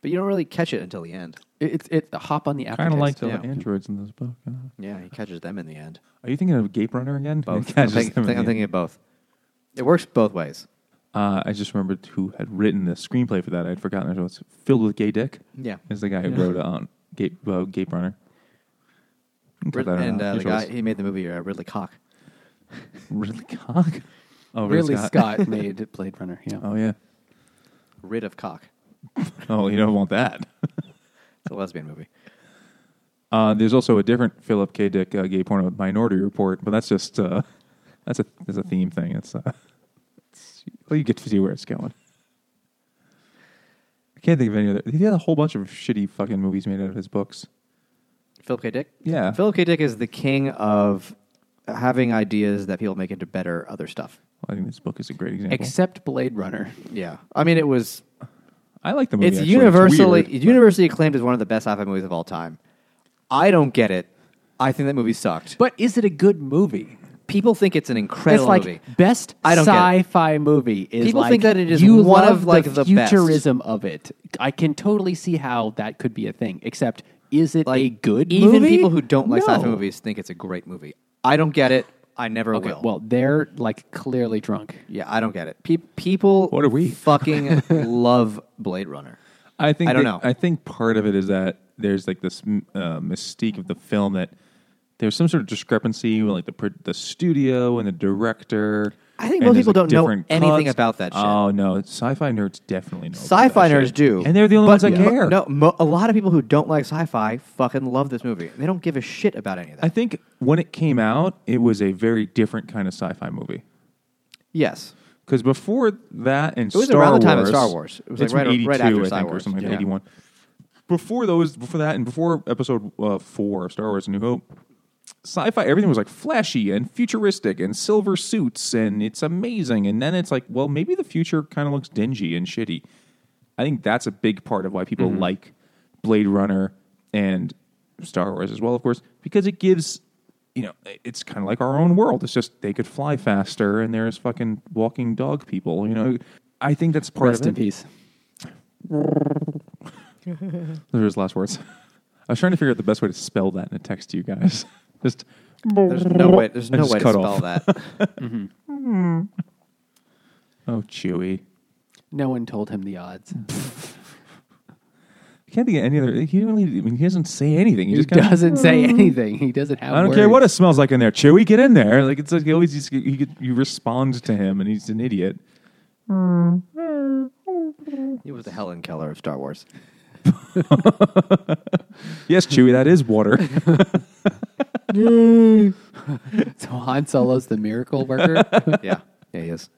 S3: but you don't really catch it until the end.
S1: It- It's it's a hop on the aftertaste.
S2: Kind of like the
S3: yeah.
S2: androids in this book. yeah.
S3: Yeah, he catches them in the end.
S2: Are you thinking of Gape Runner again?
S3: Both.
S2: Yeah,
S3: I'm,
S2: just
S3: think-
S2: them
S3: think- I'm
S2: again.
S3: thinking of both. It works both ways.
S2: Uh, I just remembered who had written the screenplay for that. I'd forgotten it was filled with gay dick.
S3: Yeah.
S2: is the guy who
S1: Yeah.
S2: wrote on Gape uh, Gape Runner. You can cut that
S3: and
S2: out.
S3: uh,
S2: Your
S3: the guy
S2: choice.
S3: he made the movie uh, Ridley Cock.
S2: Ridley Cock. Oh,
S1: Ridley Scott. made Blade Runner. Yeah.
S2: Oh yeah.
S3: Rid of Cock.
S2: Oh, you don't want that.
S3: It's a lesbian movie.
S2: Uh, there's also a different Philip K. Dick uh, gay porno Minority Report, but that's just uh, that's a that's a theme thing. It's, uh, it's well, you get to see where it's going. I can't think of any other. He had a whole bunch of shitty fucking movies made out of his books.
S3: Philip K. Dick.
S2: Yeah.
S3: Philip K. Dick is the king of having ideas that people make into better other stuff.
S2: I think this book is a great example.
S1: Except Blade Runner.
S3: Yeah, I mean it was.
S2: I like the movie.
S3: It's
S2: actually.
S3: universally
S2: weird, but-
S3: universally acclaimed as one of the best sci-fi movies of all time. I don't get it. I think that movie sucked.
S1: But is it a good movie?
S3: people think it's an incredible
S1: it's like
S3: movie.
S1: best
S3: I don't get it.
S1: sci-fi movie. Is
S3: People
S1: like,
S3: think that it is
S1: you
S3: one
S1: love
S3: of, like, the best.
S1: futurism of it. I can totally see how that could be a thing. Except, is it a good
S3: even
S1: movie?
S3: people who don't like sci-fi
S1: No.
S3: movies think it's a great movie. I don't get it. I never
S1: Okay,
S3: will.
S1: well, they're like clearly drunk.
S3: yeah, I don't get it. Pe- people,
S2: What are we? Oh,
S3: Fucking love Blade Runner.
S2: I think
S3: I don't
S2: that-
S3: know.
S2: I think part of it is that there's like this mm, uh, mystique of the film that there's some sort of discrepancy with like the pro- the studio and the director.
S3: I think
S2: and
S3: most
S2: there's,
S3: people
S2: like,
S3: don't know
S2: different
S3: anything about that shit.
S2: Oh no, sci-fi nerds definitely know. about
S3: Sci-fi
S2: that
S3: nerds
S2: shit.
S3: do,
S2: and they're the only
S3: but
S2: ones that
S3: mo-
S2: care.
S3: No, mo- a lot of people who don't like sci-fi fucking love this movie. They don't give a shit about any of that.
S2: I think when it came out, it was a very different kind of sci-fi movie.
S3: yes,
S2: Because before that and
S3: It was
S2: Star
S3: around the
S2: Wars,
S3: time of Star Wars. It was, like,
S2: it's
S3: right-
S2: from
S3: right
S2: 82,
S3: after
S2: I
S3: Star
S2: think, or
S3: Wars.
S2: something like
S3: Yeah.
S2: 81. Before those, before that, and before Episode uh, Four of Star Wars: A New Hope, sci-fi everything was like flashy and futuristic and silver suits, and it's amazing. And then it's like, well, maybe the future kind of looks dingy and shitty. I think that's a big part of why people
S1: Mm-hmm.
S2: like Blade Runner and Star Wars as well, of course, because it gives you know it's kind of like our own world. It's just they could fly faster, and there's fucking walking dog people. You know, I think that's part
S1: Rest
S2: of
S1: in
S2: it.
S1: peace.
S2: Those are his last words. I was trying to figure out the best way to spell that in a text to you guys. just
S3: there's no way. There's
S2: I
S3: no
S2: just
S3: way to
S2: cut
S3: spell
S2: off.
S3: that.
S2: oh, Chewy.
S1: No one told him the odds.
S2: I can't think of any other. He didn't really. I mean, he doesn't say anything. He,
S1: He
S2: just kinda-
S1: doesn't say anything. He doesn't have.
S2: I don't
S1: words.
S2: care what it smells like in there. Chewy, get in there. Like it's like he always. Just, he, could- you respond to him, and he's an idiot.
S3: He was the Helen Keller of Star Wars.
S2: Yes, Chewy, that is water.
S1: So Han Solo's the miracle worker.
S3: yeah, yeah, he is.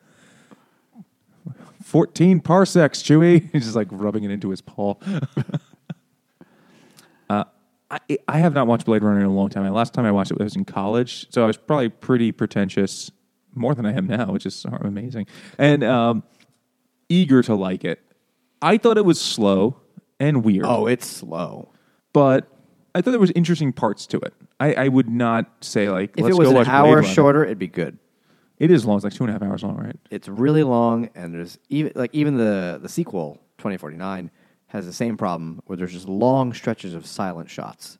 S2: Fourteen parsecs, Chewy. He's just like rubbing it into his paw. Uh, I, I have not watched Blade Runner in a long time. The last time I watched it was in college, so I was probably pretty pretentious, more than I am now, which is amazing. And um, eager to like it. I thought it was slow and weird.
S3: Oh, it's slow.
S2: but I thought there was interesting parts to it. I, I would not say like
S3: If
S2: let's
S3: it was
S2: go
S3: an
S2: watch Blade
S3: hour
S2: Runner.
S3: shorter, it'd be good.
S2: It is long. It's like two and a half hours long, right?
S3: It's really long, and there's even like even the the sequel 2049 has the same problem where there's just long stretches of silent shots.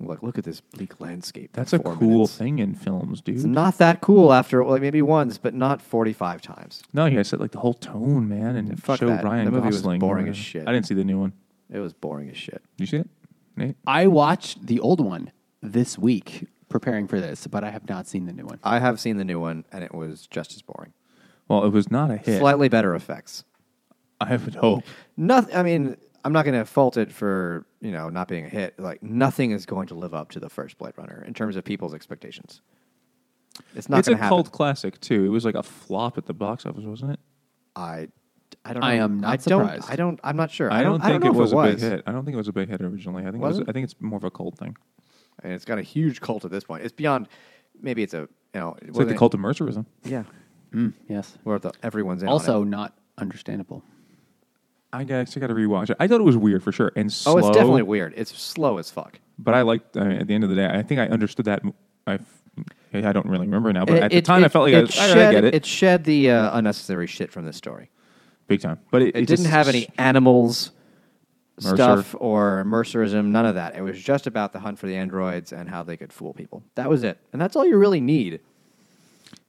S3: Like, look at this bleak landscape.
S2: That's
S3: for
S2: a
S3: four
S2: cool
S3: minutes.
S2: thing in films, dude.
S3: It's not that cool after like maybe once, but not 45 times.
S2: no, you guys said like the whole tone, man, and
S3: fuck
S2: show
S3: that.
S2: Ryan
S3: That movie was
S2: Gosling.
S3: boring as shit.
S2: I didn't see the new one.
S3: It was boring as shit.
S2: Did you see it, Nate?
S1: I watched the old one this week preparing for this, but I have not seen the new one.
S3: I have seen the new one, and it was just as boring.
S2: Well, it was not a hit.
S3: Slightly better effects.
S2: I would hope.
S3: Nothing. I mean, I'm not going to fault it for you know not being a hit. Like nothing is going to live up to the first Blade Runner in terms of people's expectations. It's not
S2: it's a
S3: going to happen.
S2: cult classic too. It was like a flop at the box office, wasn't it?
S3: I, I don't. Know.
S1: I am not
S3: I
S1: surprised.
S3: Don't, I don't. I'm not sure.
S2: I don't,
S3: I
S2: think
S3: know if
S2: it was
S3: it
S2: a big hit. I don't think it was a big hit originally. I think it was,
S3: Wasn't?
S2: I think it's more of a cult thing.
S3: And it's got a huge cult at this point. It's beyond. Maybe it's a you know.
S2: It's
S3: It
S2: like the
S3: wasn't-
S2: cult of Mercerism.
S3: Yeah.
S1: Yes.
S3: where the, everyone's in. on
S1: Also,
S3: it.
S1: not understandable.
S2: I guess I got to rewatch it. I thought it was weird for sure and slow.
S3: oh, it's definitely weird. It's slow as fuck.
S2: But I liked. I mean, at the end of the day, I think I understood that. m- I f- I don't really remember now, but
S3: It-
S2: at the
S3: it-
S2: time, I
S3: it-
S2: felt like I,
S3: it
S2: was, "All right,
S3: shed,
S2: I get it,
S3: It shed the uh, unnecessary shit from this story.
S2: big time. But it,
S3: It, didn't
S2: just-
S3: have any animals
S2: Mercer.
S3: stuff or mercerism, none of that. It was just about the hunt for the androids and how they could fool people. That was it, and that's all you really need.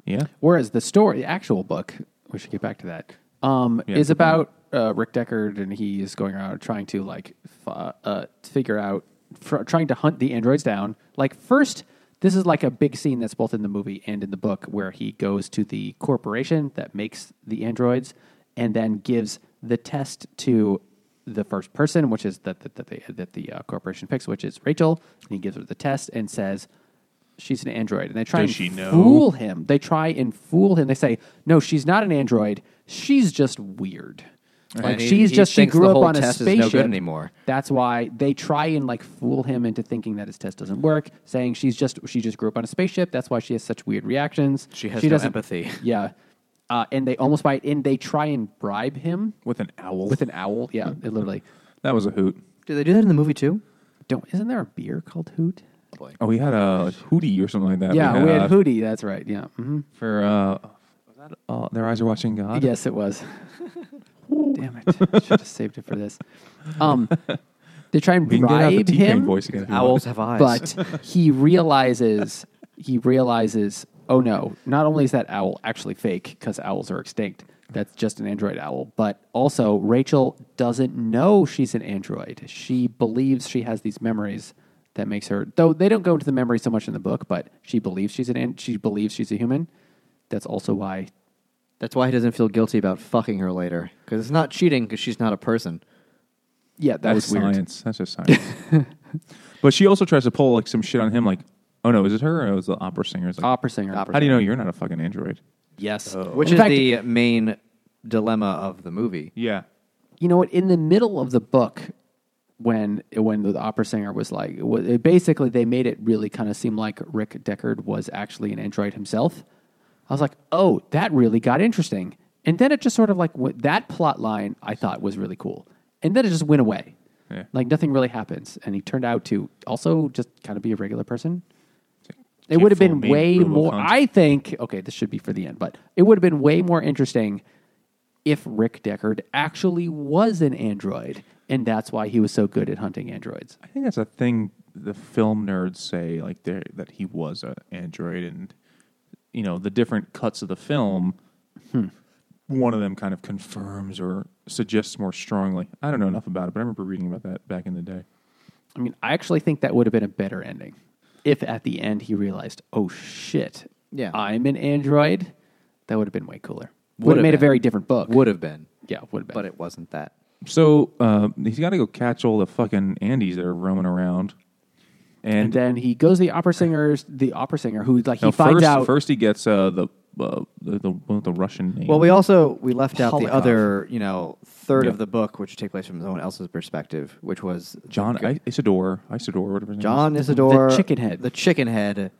S2: Yeah,
S1: Whereas the story, the actual book, we should get back to that, um,
S2: Yeah,
S1: is
S2: good
S1: about uh, Rick Deckard, and he is going around trying to like f- uh, figure out, fr- trying to hunt the androids down. Like first, this is like a big scene that's both in the movie and in the book, where he goes to the corporation that makes the androids, and then gives the test to the first person, which is that that, that, they, that the uh, corporation picks, which is Rachel, and he gives her the test and says. She's an android, and they try
S2: Does
S1: and
S2: she know?
S3: Oh.
S1: fool fool him. They try and fool him. They say, "No, she's not an android. She's just weird. Like
S3: And he-
S1: she's
S3: he
S1: just she
S3: thinks the
S1: grew up
S3: whole
S1: on a
S3: test is no
S1: spaceship
S3: good anymore.
S1: That's why they try and like fool him into thinking that his test doesn't work, saying she's just she just grew up on a spaceship. That's why she has such weird reactions.
S3: She has no
S1: doesn't-
S3: empathy.
S1: Yeah, uh, and they almost buy it. And they try and bribe him
S2: with an owl.
S1: with an owl. Yeah, it literally.
S2: that was a hoot.
S3: Do they do that in the movie too?
S1: Don't isn't there a beer called Hoot?
S2: Oh, we had a hootie or something like that.
S1: Yeah, we had
S2: uh,
S1: Hootie. That's right. Yeah. hmm
S2: for. Uh, was that, uh, their eyes are watching God.
S1: Yes, it was. Damn it! Should have saved it for this. Um, they try and
S2: we can get out the
S1: bribe
S2: T Pain
S1: him,
S2: voice again. if you want.
S3: Owls have eyes.
S1: but he realizes he realizes. Oh no! Not only is that owl actually fake because owls are extinct. That's just an android owl. But also, Rachel doesn't know she's an android. She believes she has these memories that makes her. Though they don't go into the memory so much in the book, but she believes she's an. an- She believes she's a human. That's also why
S3: that's why he doesn't feel guilty about fucking her later because it's not cheating because she's not a person.
S1: Yeah, that
S2: That's
S1: was weird.
S2: science. That's just science. but she also tries to pull like some shit on him, like, oh no, is it her or was it the opera singer? It's like,
S1: Opera singer.
S2: How do you know you're not a fucking android?
S1: Yes.
S3: Which
S1: In
S3: is
S1: fact,
S3: the main dilemma of the movie.
S2: Yeah.
S1: You know what? In the middle of the book, when when the opera singer was like, it was, it basically they made it really kind of seem like Rick Deckard was actually an android himself. I was like, oh, that really got interesting. And then it just sort of like went, that plot line I thought was really cool, and then it just went away.
S2: Yeah.
S1: Like nothing really happens, and he turned out to also just kind of be a regular person. It
S2: Can't
S1: would have
S2: fool
S1: been
S2: me,
S1: way
S2: Robocon.
S1: more. I think. Okay, this should be for the end, but it would have been way more interesting if Rick Deckard actually was an android, and that's why he was so good at hunting androids.
S2: I think that's a thing the film nerds say, like they're- that he was an android, and you know the different cuts of the film. Hmm. One of them kind of confirms or suggests more strongly. I don't know enough about it, but I remember reading about that back in the day.
S1: I mean, I actually think that would have been a better ending if at the end he realized, oh shit,
S3: Yeah.
S1: I'm an android. That would have been way cooler. Would, have
S3: Would have
S1: made a
S3: been.
S1: very different book.
S3: Would have been,
S1: yeah, would have been.
S3: but it wasn't that.
S2: So uh, he's got to go catch all the fucking Andes that are roaming around,
S1: and then he goes to the opera singers, the opera singer who like he
S2: No,
S1: finds
S2: first,
S1: out
S2: First, he gets uh, the, uh, the the one with the Russian name.
S3: Well, we also we left out
S1: Holocaust.
S3: the other, you know, third
S2: Yeah.
S3: of the book, which take place from someone else's perspective, which was
S2: John I, Isidore, Isidore, whatever. His
S3: John Isidore,
S1: The chicken head.
S3: the chicken head,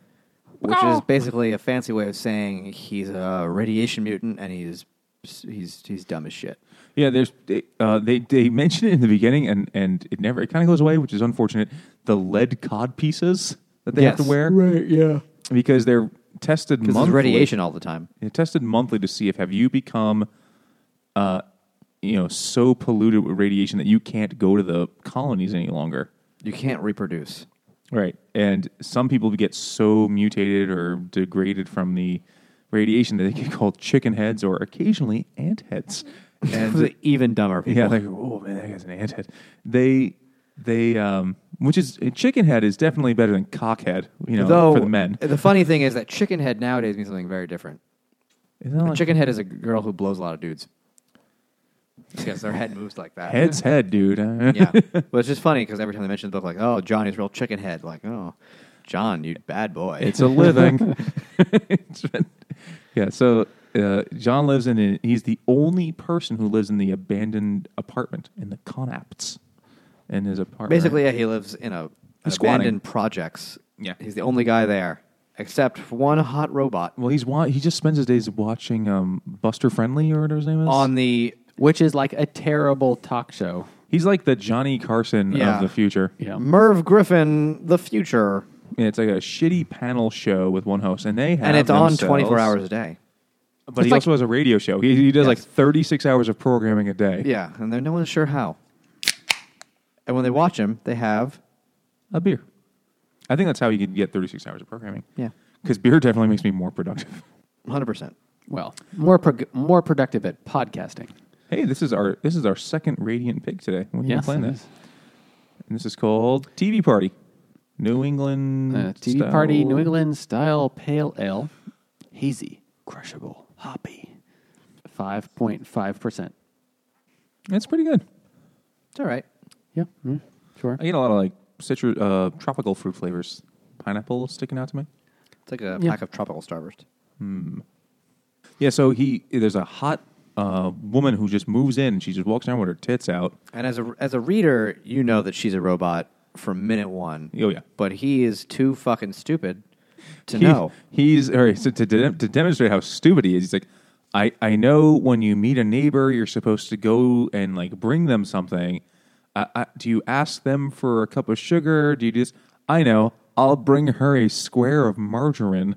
S3: which is basically a fancy way of saying he's a radiation mutant and he's he's he's dumb as
S2: name
S3: shit.
S2: is. yeah. There's they- uh, they they mention it in the beginning, and and it never it kind of goes away, which is unfortunate. The lead cod pieces that they have
S3: Yes.
S2: to wear,
S1: right, yeah.
S2: because they're tested
S3: Because
S2: monthly.
S3: there's radiation all the time.
S2: They're tested monthly to see if have you become, uh, you know, so polluted with radiation that you can't go to the colonies any longer.
S3: You can't reproduce.
S2: Right. And some people get so mutated or degraded from the radiation that they get called chicken heads or occasionally ant heads. And
S3: even dumber people.
S2: yeah, like, oh man, that guy's an ant head. They they um which is chicken head is definitely better than cock head, you know,
S3: Though
S2: for the men.
S3: the funny thing is that chicken head nowadays means something very different.
S2: Isn't that
S3: A
S2: like-
S3: chicken head is a girl who blows a lot of dudes because their head moves like that.
S2: head's head, dude.
S3: yeah, but it's just funny because every time they mention the book, like, oh, Johnny's real chicken head. Like, oh, John, you bad boy.
S2: It's a living. It's been- yeah, so uh, John lives in a, he's the only person who lives in the abandoned apartment in the Conapts in his apartment.
S3: basically yeah, he lives in a
S2: He's squatting.
S3: abandoned projects.
S2: Yeah.
S3: he's the only guy there, except for one hot robot
S2: Well, he's wa- he just spends his days watching um, Buster Friendly or whatever his name is.
S3: on the
S1: which is like a terrible talk show.
S2: he's like the Johnny Carson
S3: Yeah.
S2: of the future.
S1: Yeah.
S3: Merv Griffin, the future,
S2: And it's like a shitty panel show with one host, and they have
S3: and it's on
S2: themselves-
S3: twenty four hours a day.
S2: But he
S1: like-
S2: also has a radio show. He, he does like
S3: Yes.
S2: thirty six hours of programming a day.
S3: Yeah, and they're no one's sure how. And when they watch him, they have
S2: a beer. I think that's how you can get thirty six hours of programming.
S3: Yeah.
S2: because beer definitely makes me more productive.
S3: hundred percent.
S1: Well, more prog- more productive at podcasting.
S2: Hey, this is our this is our second Radiant Pig today. We're
S1: Yes,
S2: playing
S1: it
S2: this,
S1: is.
S2: and this is called TV Party, New England
S1: Uh, TV
S2: Hmm. style-
S1: party, New England style pale ale, hazy, crushable, hoppy, five point five percent.
S2: It's pretty good.
S3: It's all right.
S1: Yeah,
S2: Hmm.
S1: mm, sure.
S2: I get a lot of like citrus, uh, tropical fruit flavors. Pineapple sticking out to me.
S3: It's like a
S1: Yeah.
S3: pack of tropical starburst.
S2: Yeah, so he there's a hot uh, woman who just moves in. and She just walks around with her tits out.
S3: And as a as a reader, you know that she's a robot from minute one.
S2: Oh, yeah.
S3: But he is too fucking stupid to
S2: He-
S3: know.
S2: He's or so to, de- to demonstrate how stupid he is. He's like, I, I know when you meet a neighbor, you're supposed to go and like bring them something. I, I, do you ask them for a cup of sugar? Do you just? I know. I'll bring her a square of margarine,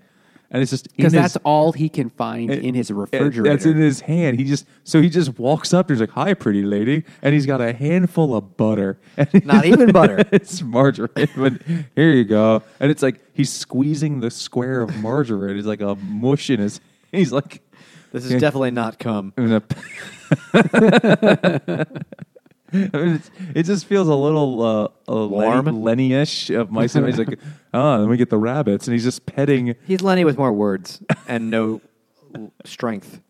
S2: and it's just in
S1: Because
S2: his-
S1: that's all he can find
S2: it-
S1: in his
S2: it-
S1: refrigerator.
S2: That's in his hand. He just so he just walks up. He's like, "Hi, pretty lady," and he's got a handful of butter. And
S3: Not even butter.
S2: it's margarine, but here you go. And it's like he's squeezing the square of margarine. It's like a mush in his. He's like
S3: This is
S2: Yeah.
S3: definitely not cum.
S2: in a- I mean, it's, it just feels a little uh, a
S3: Warm?
S2: Lenny ish of my son. He's like, oh, then we get the rabbits, and he's just petting.
S3: He's Lenny with more words and no l- strength.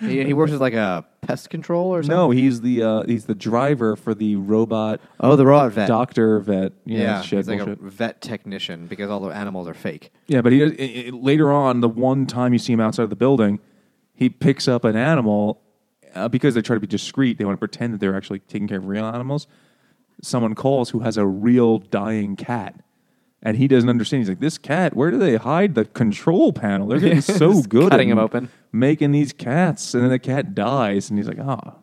S3: He, he works as like a pest control or something.
S2: No, he's the uh, he's the driver for the robot
S3: Oh, the raw vet.
S2: doctor vet. You know,
S3: yeah,
S2: shit,
S3: he's like a
S2: bullshit.
S3: vet technician because all the animals are fake.
S2: yeah, but he i- i- later on the one time you see him outside of the building, he picks up an animal uh, because they try to be discreet. They want to pretend that they're actually taking care of real animals. Someone calls who has a real dying cat. And he doesn't understand. He's like, "This cat. Where do they hide the control panel? They're getting so
S3: Just
S2: good,
S3: cutting
S2: at
S3: 'em open.
S2: making these cats." And then the cat dies, and he's like, "Ah,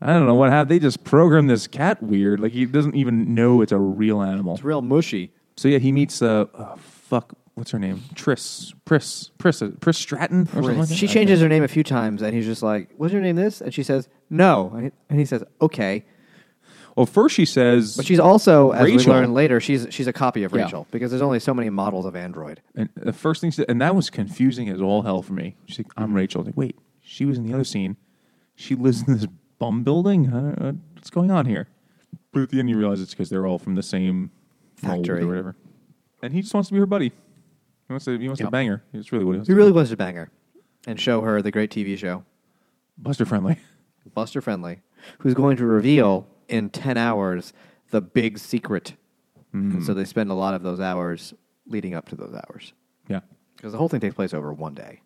S2: I don't know what happened. They just programmed this cat weird. Like he doesn't even know it's a real animal.
S3: It's real mushy.
S2: So yeah, he meets uh, oh, fuck, what's her name? Tris, Pris, Pris, Pris Uh, Stratton. Or something like that?
S3: She changes her name a few times, and he's just like, "What's your name?" This, and she says, "No," and he, and he says, "Okay."
S2: Well, first she says,
S3: But she's also, as
S2: Rachel.
S3: we learn later, she's she's a copy of
S1: Yeah.
S3: Rachel because there's only so many models of Android.
S2: and the first thing, she, and that was confusing as all hell for me. She's like, "I'm Rachel." I'm like, wait, she was in the other scene. She lives in this bum building. Uh, what's going on here? But at the end, you realize it's because they're all from the same mold
S3: Factory.
S2: or whatever. And he just wants to be her buddy. He wants to. He wants
S1: Yeah.
S2: to bang her. It's really what he wants.
S3: He
S2: to
S3: really wants to bang her and show her the great TV show
S2: Buster friendly.
S3: Buster Friendly, who's going to reveal in ten hours the big secret. And so they spend a lot of those hours leading up to those hours
S2: Yeah.
S3: because the whole thing takes place over one day.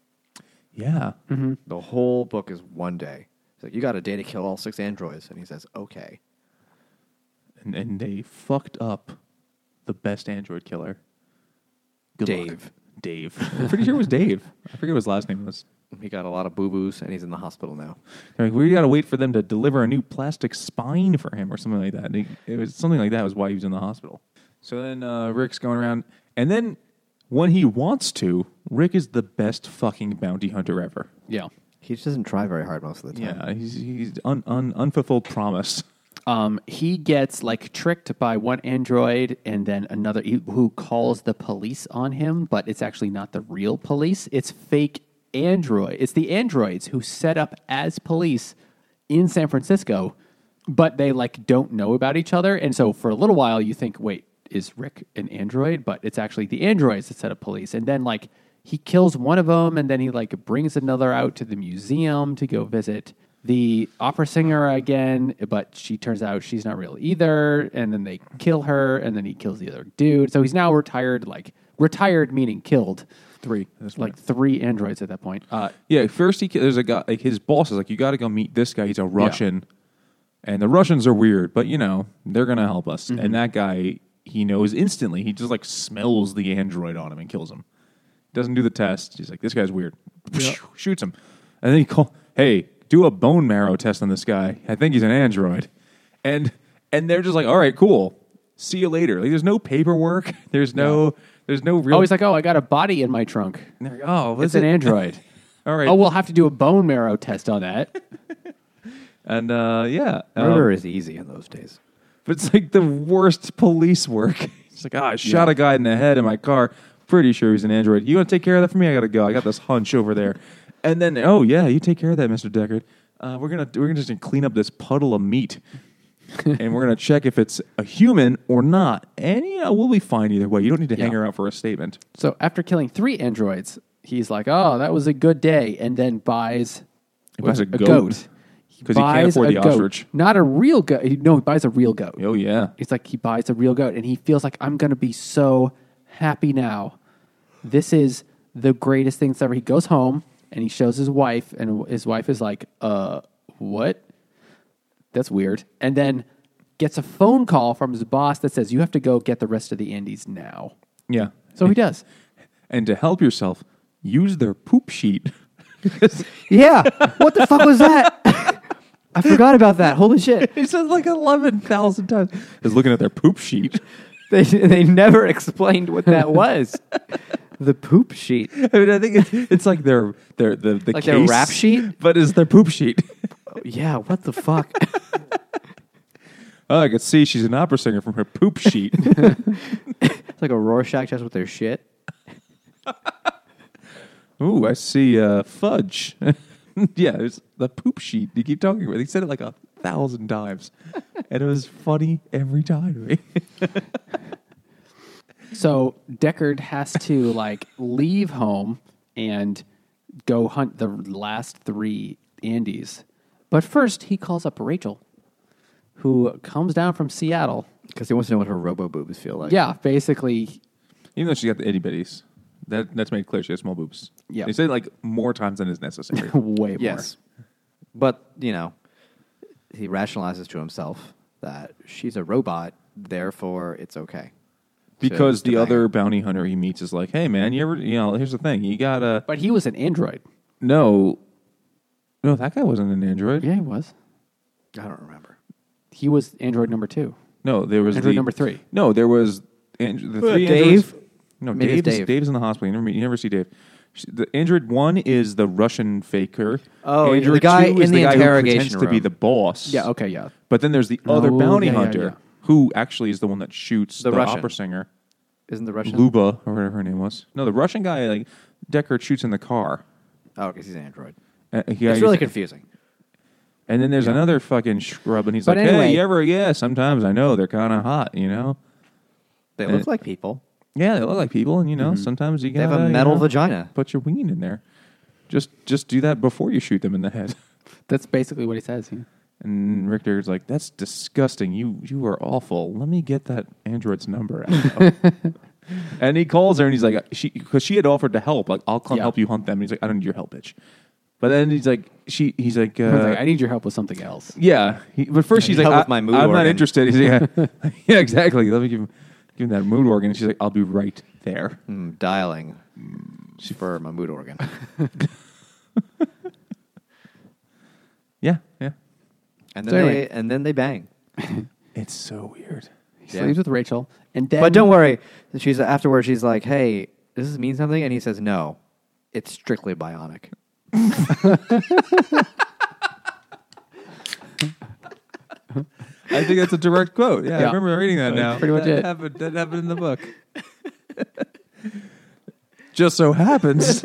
S2: Yeah.
S3: The whole book is one day. He's like, you got a day to kill all six androids. And he says, okay.
S2: And, and they fucked up the best android killer. Good luck.
S3: Dave.
S2: Dave. I'm pretty sure it was Dave. I forget what his last name was.
S3: He got a lot of boo boos and he's in the hospital now.
S2: They're like, we got to wait for them to deliver a new plastic spine for him or something like that. And he- it was something like that was why he was in the hospital. So then uh, Rick's going around, and then when he wants to, Rick is the best fucking bounty hunter ever.
S1: yeah.
S3: He just doesn't try very hard most of the time.
S2: Yeah, he's he's un, un, unfulfilled promise.
S1: Um, he gets like tricked by one android and then another he- who calls the police on him, but it's actually not the real police. It's fake android. It's the androids who set up as police in San Francisco, but they like don't know about each other. And so for a little while, you think, wait, is Rick an android? But it's actually the androids that set up police. And then like he kills one of them, and then he like brings another out to the museum to go visit the opera singer again, but she turns out she's not real either. And then they kill her, and then he kills the other dude. So he's now retired, like retired meaning killed. Three, like three androids at that point. Uh,
S2: Yeah, first he ki- there's a guy like his boss is like, you got to go meet this guy. He's a
S1: Mm-hmm.
S2: Russian, and the Russians are weird, but you know they're gonna help us. And that guy he knows instantly. He just like smells the android on him and kills him. Doesn't do the test. He's like, this guy's weird. Shoots him, and then he call, hey, do a bone marrow test on this guy. I think he's an android, and and they're just like, all right, cool. See you later. Like, there's no paperwork. There's no. There's no real.
S1: Oh, he's like, oh, I got a body in my trunk.
S2: And they're like, oh,
S1: It's an android.
S2: All right.
S1: Oh, we'll have to do a bone marrow test on that.
S2: and uh, yeah, um,
S3: Murder is easy in those days.
S2: but it's like the worst police work. It's like, ah, I shot a guy in the head in my car. Pretty sure he's an android. You want to take care of that for me? I gotta go. I got this hunch over there. And then, oh yeah, you take care of that, Mister Deckard. Uh, we're gonna we're gonna just gonna clean up this puddle of meat, and we're gonna check if it's a human or not. And you know, we'll be fine either way. You don't need to hang
S1: Yeah.
S2: her out for a statement.
S1: So after killing three androids, he's like, "Oh, that was a good day," and then buys
S2: He buys a goat.
S1: He
S2: 'Cause he can't
S1: buys
S2: afford
S1: a
S2: the
S1: goat.
S2: ostrich.
S1: Not a real goat. He- No, he buys a real goat.
S2: Oh yeah,
S1: It's like he buys a real goat, and he feels like I'm going to be so happy now. This is the greatest thing that's ever. He goes home and he shows his wife, and his wife is like, "Uh, what? That's weird." And then gets a phone call from his boss that says, "You have to go get the rest of the Andes now."
S2: yeah.
S1: So he does.
S2: And to help yourself, use their poop sheet.
S3: Yeah. what the fuck was that? I forgot about that. Holy shit.
S2: He says like eleven thousand times. He's looking at their poop sheet.
S3: They, they never explained what that was. the poop sheet.
S2: I mean, I think it's, it's like their their the the
S3: Like
S2: case,
S3: their rap sheet?
S2: but it's their poop sheet.
S3: Yeah, what the fuck?
S2: oh, I could see she's an opera singer from her poop sheet.
S3: it's like a Rorschach test with their shit.
S2: Ooh, I see uh, fudge. yeah, there's the poop sheet. You keep talking about. They said it like a thousand times, and it was funny every time.
S1: So Deckard has to like leave home and go hunt the last three Andes. But first, he calls up Rachel, who comes down from Seattle.
S3: Because he wants to know what her robo boobs feel like.
S1: Yeah, basically,
S2: Even though she got the itty bitties, that that's made clear she has small boobs.
S1: Yeah.
S2: they said it like more times than is necessary.
S1: way more.
S3: Yes. But, you know, he rationalizes to himself that she's a robot, therefore it's okay. to-
S2: because
S3: to
S2: the
S3: bang her.
S2: other bounty hunter he meets is like, "Hey, man, you ever you know? Here's the thing. You gotta
S1: But he was an android.
S2: no, no. That guy wasn't an android.
S1: Yeah, he was.
S3: I don't remember.
S1: He was android number two.
S2: No, there was
S1: Android
S2: the-
S1: number three.
S2: No, there was and, the three
S3: Dave?
S2: androids- No,
S3: Maybe it's
S2: Dave's,
S3: Dave.
S2: Dave's in the hospital. You never, meet- you never see Dave. Sh- The android one is the Russian faker.
S3: Oh, yeah, the
S2: android
S3: guy
S2: two is
S3: in
S2: the,
S3: the
S2: guy
S3: interrogation
S2: who pretends to be
S3: room.
S2: the boss.
S1: Yeah, okay, yeah.
S2: But then there's the other
S1: Oh,
S2: bounty
S1: yeah, yeah,
S2: hunter
S1: yeah.
S2: who actually is the one that shoots
S3: The
S2: the,
S3: Russian.
S2: opera singer.
S3: Isn't the Russian?
S2: Luba, or whatever her name was. No, the Russian guy, like Deckard, shoots in the car.
S3: Oh, because he's an android.
S2: Uh, he-
S3: It's really confusing.
S2: and then there's another fucking scrub, and he's
S1: But
S2: like,
S1: anyway-
S2: "Hey, you ever? Yeah, sometimes I know they're kind of hot, you know.
S3: They look like people.
S2: Yeah, they look like people, and you know, sometimes you
S3: They
S2: gotta
S3: have a
S2: you
S3: metal
S2: know,
S3: vagina.
S2: Put your ween in there. Just just do that before you shoot them in the head."
S1: That's basically what he says. yeah.
S2: And Rick Deckard's like, "That's disgusting. You you are awful. Let me get that android's number." out." and he calls her, and he's like, uh, "She because she had offered to help. Like, I'll come
S1: Yeah.
S2: help you hunt them." And he's like, "I don't need your help, bitch." But then he's like, "She." He's like, uh,
S1: I was like, I need your help with something else.
S2: Yeah, he, but first she's like,
S3: help
S2: I,
S3: with my mood
S2: "I'm not
S3: organ."
S2: interested." He's like, yeah, yeah, exactly. Let me give him give him that mood organ. And she's like, "I'll be right there."
S3: Mm, dialing for my mood organ.
S2: Yeah, yeah.
S3: And
S1: So
S3: then,
S1: anyway.
S3: they, and then they bang.
S2: It's so weird.
S1: He
S3: Yeah.
S1: sleeps with Rachel, and then
S3: But don't worry. She's afterwards. She's like, "Hey, does this mean something?" And he says, "No, it's strictly bionic."
S2: I think that's a direct quote. Yeah,
S1: Yeah.
S2: I remember reading that now.
S1: pretty much
S2: that
S1: it.
S2: Happened, that happened in the book. Just so happens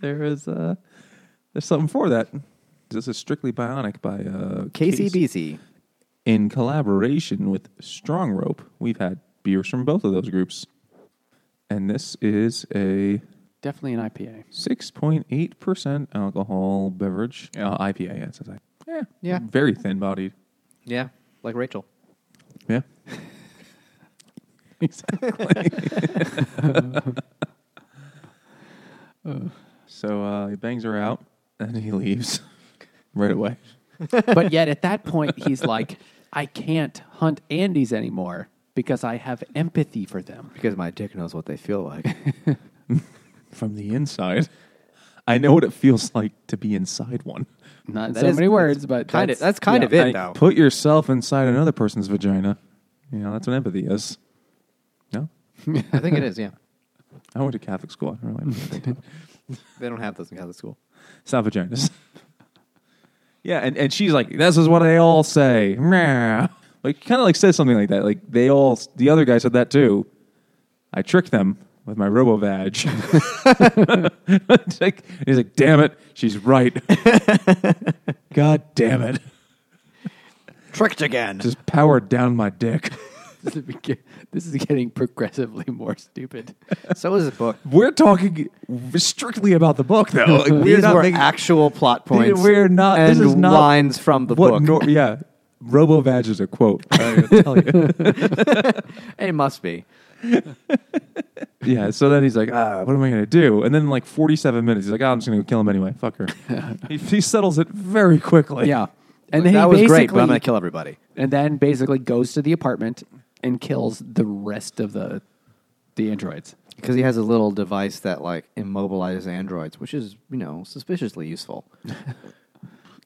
S2: there is uh, there's something for that. This is strictly bionic by uh, Case.
S3: KCBC.
S2: in collaboration with Strong Rope. We've had beers from both of those groups, and this is a
S1: definitely an IPA.
S2: 6.8% alcohol beverage. Uh, IPA, yeah, it says I- yeah,
S3: Yeah.
S2: very thin bodied.
S3: Yeah, like Rachel.
S2: Yeah. exactly. so uh, he bangs her out and he leaves right away.
S1: but yet at that point he's like i can't hunt andes anymore because I have empathy for them.
S3: because my dick knows what they feel like.
S2: from the inside. I know what it feels like to be inside one.
S1: Not in
S3: That
S1: so
S3: is-
S1: many words,
S3: that's
S1: but
S3: kind of- that's kind
S1: yeah.
S3: of it.
S2: I-
S3: now.
S2: Put yourself inside another person's vagina. You know, that's what empathy is. No?
S3: I think it is. Yeah,
S2: I went to Catholic school. I don't really know what they do.
S3: they don't have those in Catholic school.
S2: It's not vaginas. yeah, and, and she's like, this is what they all say. Meh. Like, kind of like says something like that. Like, they all, the other guy said that too. I tricked them with my robovag. like, he's like, damn it. She's right. God damn it.
S3: Tricked again.
S2: Just powered down my dick.
S1: This is get- this is getting progressively more stupid.
S3: so is this book.
S2: We're talking strictly about the book, though. Like, we're
S3: These
S2: not
S3: were
S2: making-
S3: actual plot points.
S2: We're not.
S3: and
S2: this is not
S3: lines from the
S2: what
S3: book.
S2: nor- yeah, RoboVag is a quote. I tell you.
S3: it must be.
S2: yeah. So then he's like, ah, what am I going to do? And then like 47 minutes, he's like, oh, I'm just going to kill him anyway. Fuck her. he, he settles it very quickly.
S1: Yeah, and then
S3: that
S1: he
S3: was great, but
S1: basically-
S3: I'm gonna kill everybody.
S1: and then basically goes to the apartment and kills the rest of the the androids.
S3: Because he has a little device that like immobilizes androids, which is you know suspiciously useful.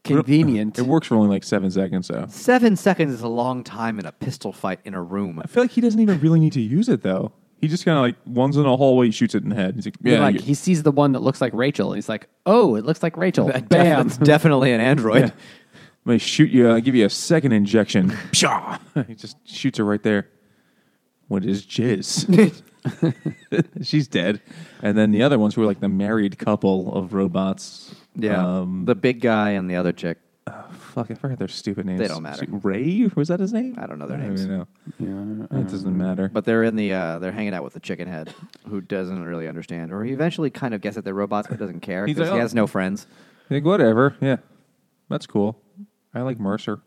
S1: Convenient.
S2: It works for only like seven seconds, though.
S3: Seven seconds is a long time in a pistol fight in a room.
S2: I feel like he doesn't even really need to use it though. He just kind of like one's in a hallway, he shoots it in the head. He's like, yeah,
S1: like
S2: you-
S1: he sees the one that looks like Rachel, and he's like, "Oh, it looks like Rachel." Bam!
S3: That's definitely an android.
S2: Yeah. I'm gonna shoot you. I give you a second injection. Pshaw! he just shoots her right there. What is jizz? She's dead. And then the other ones were like the married couple of robots.
S3: Yeah,
S2: Um,
S3: the big guy and the other chick.
S2: fuck, I forgot their stupid names.
S3: They don't matter.
S2: Ray was that his name?
S3: I don't know their
S2: even know.
S1: Yeah,
S2: That doesn't matter.
S3: But they're in the uh, they're hanging out with the chicken head, who doesn't really understand, or he eventually kind of gets that they're robots, but doesn't care
S2: He's
S3: because
S2: like,
S3: he
S2: "Oh."
S3: has no friends.
S2: like whatever. Yeah, that's cool. I like Mercer.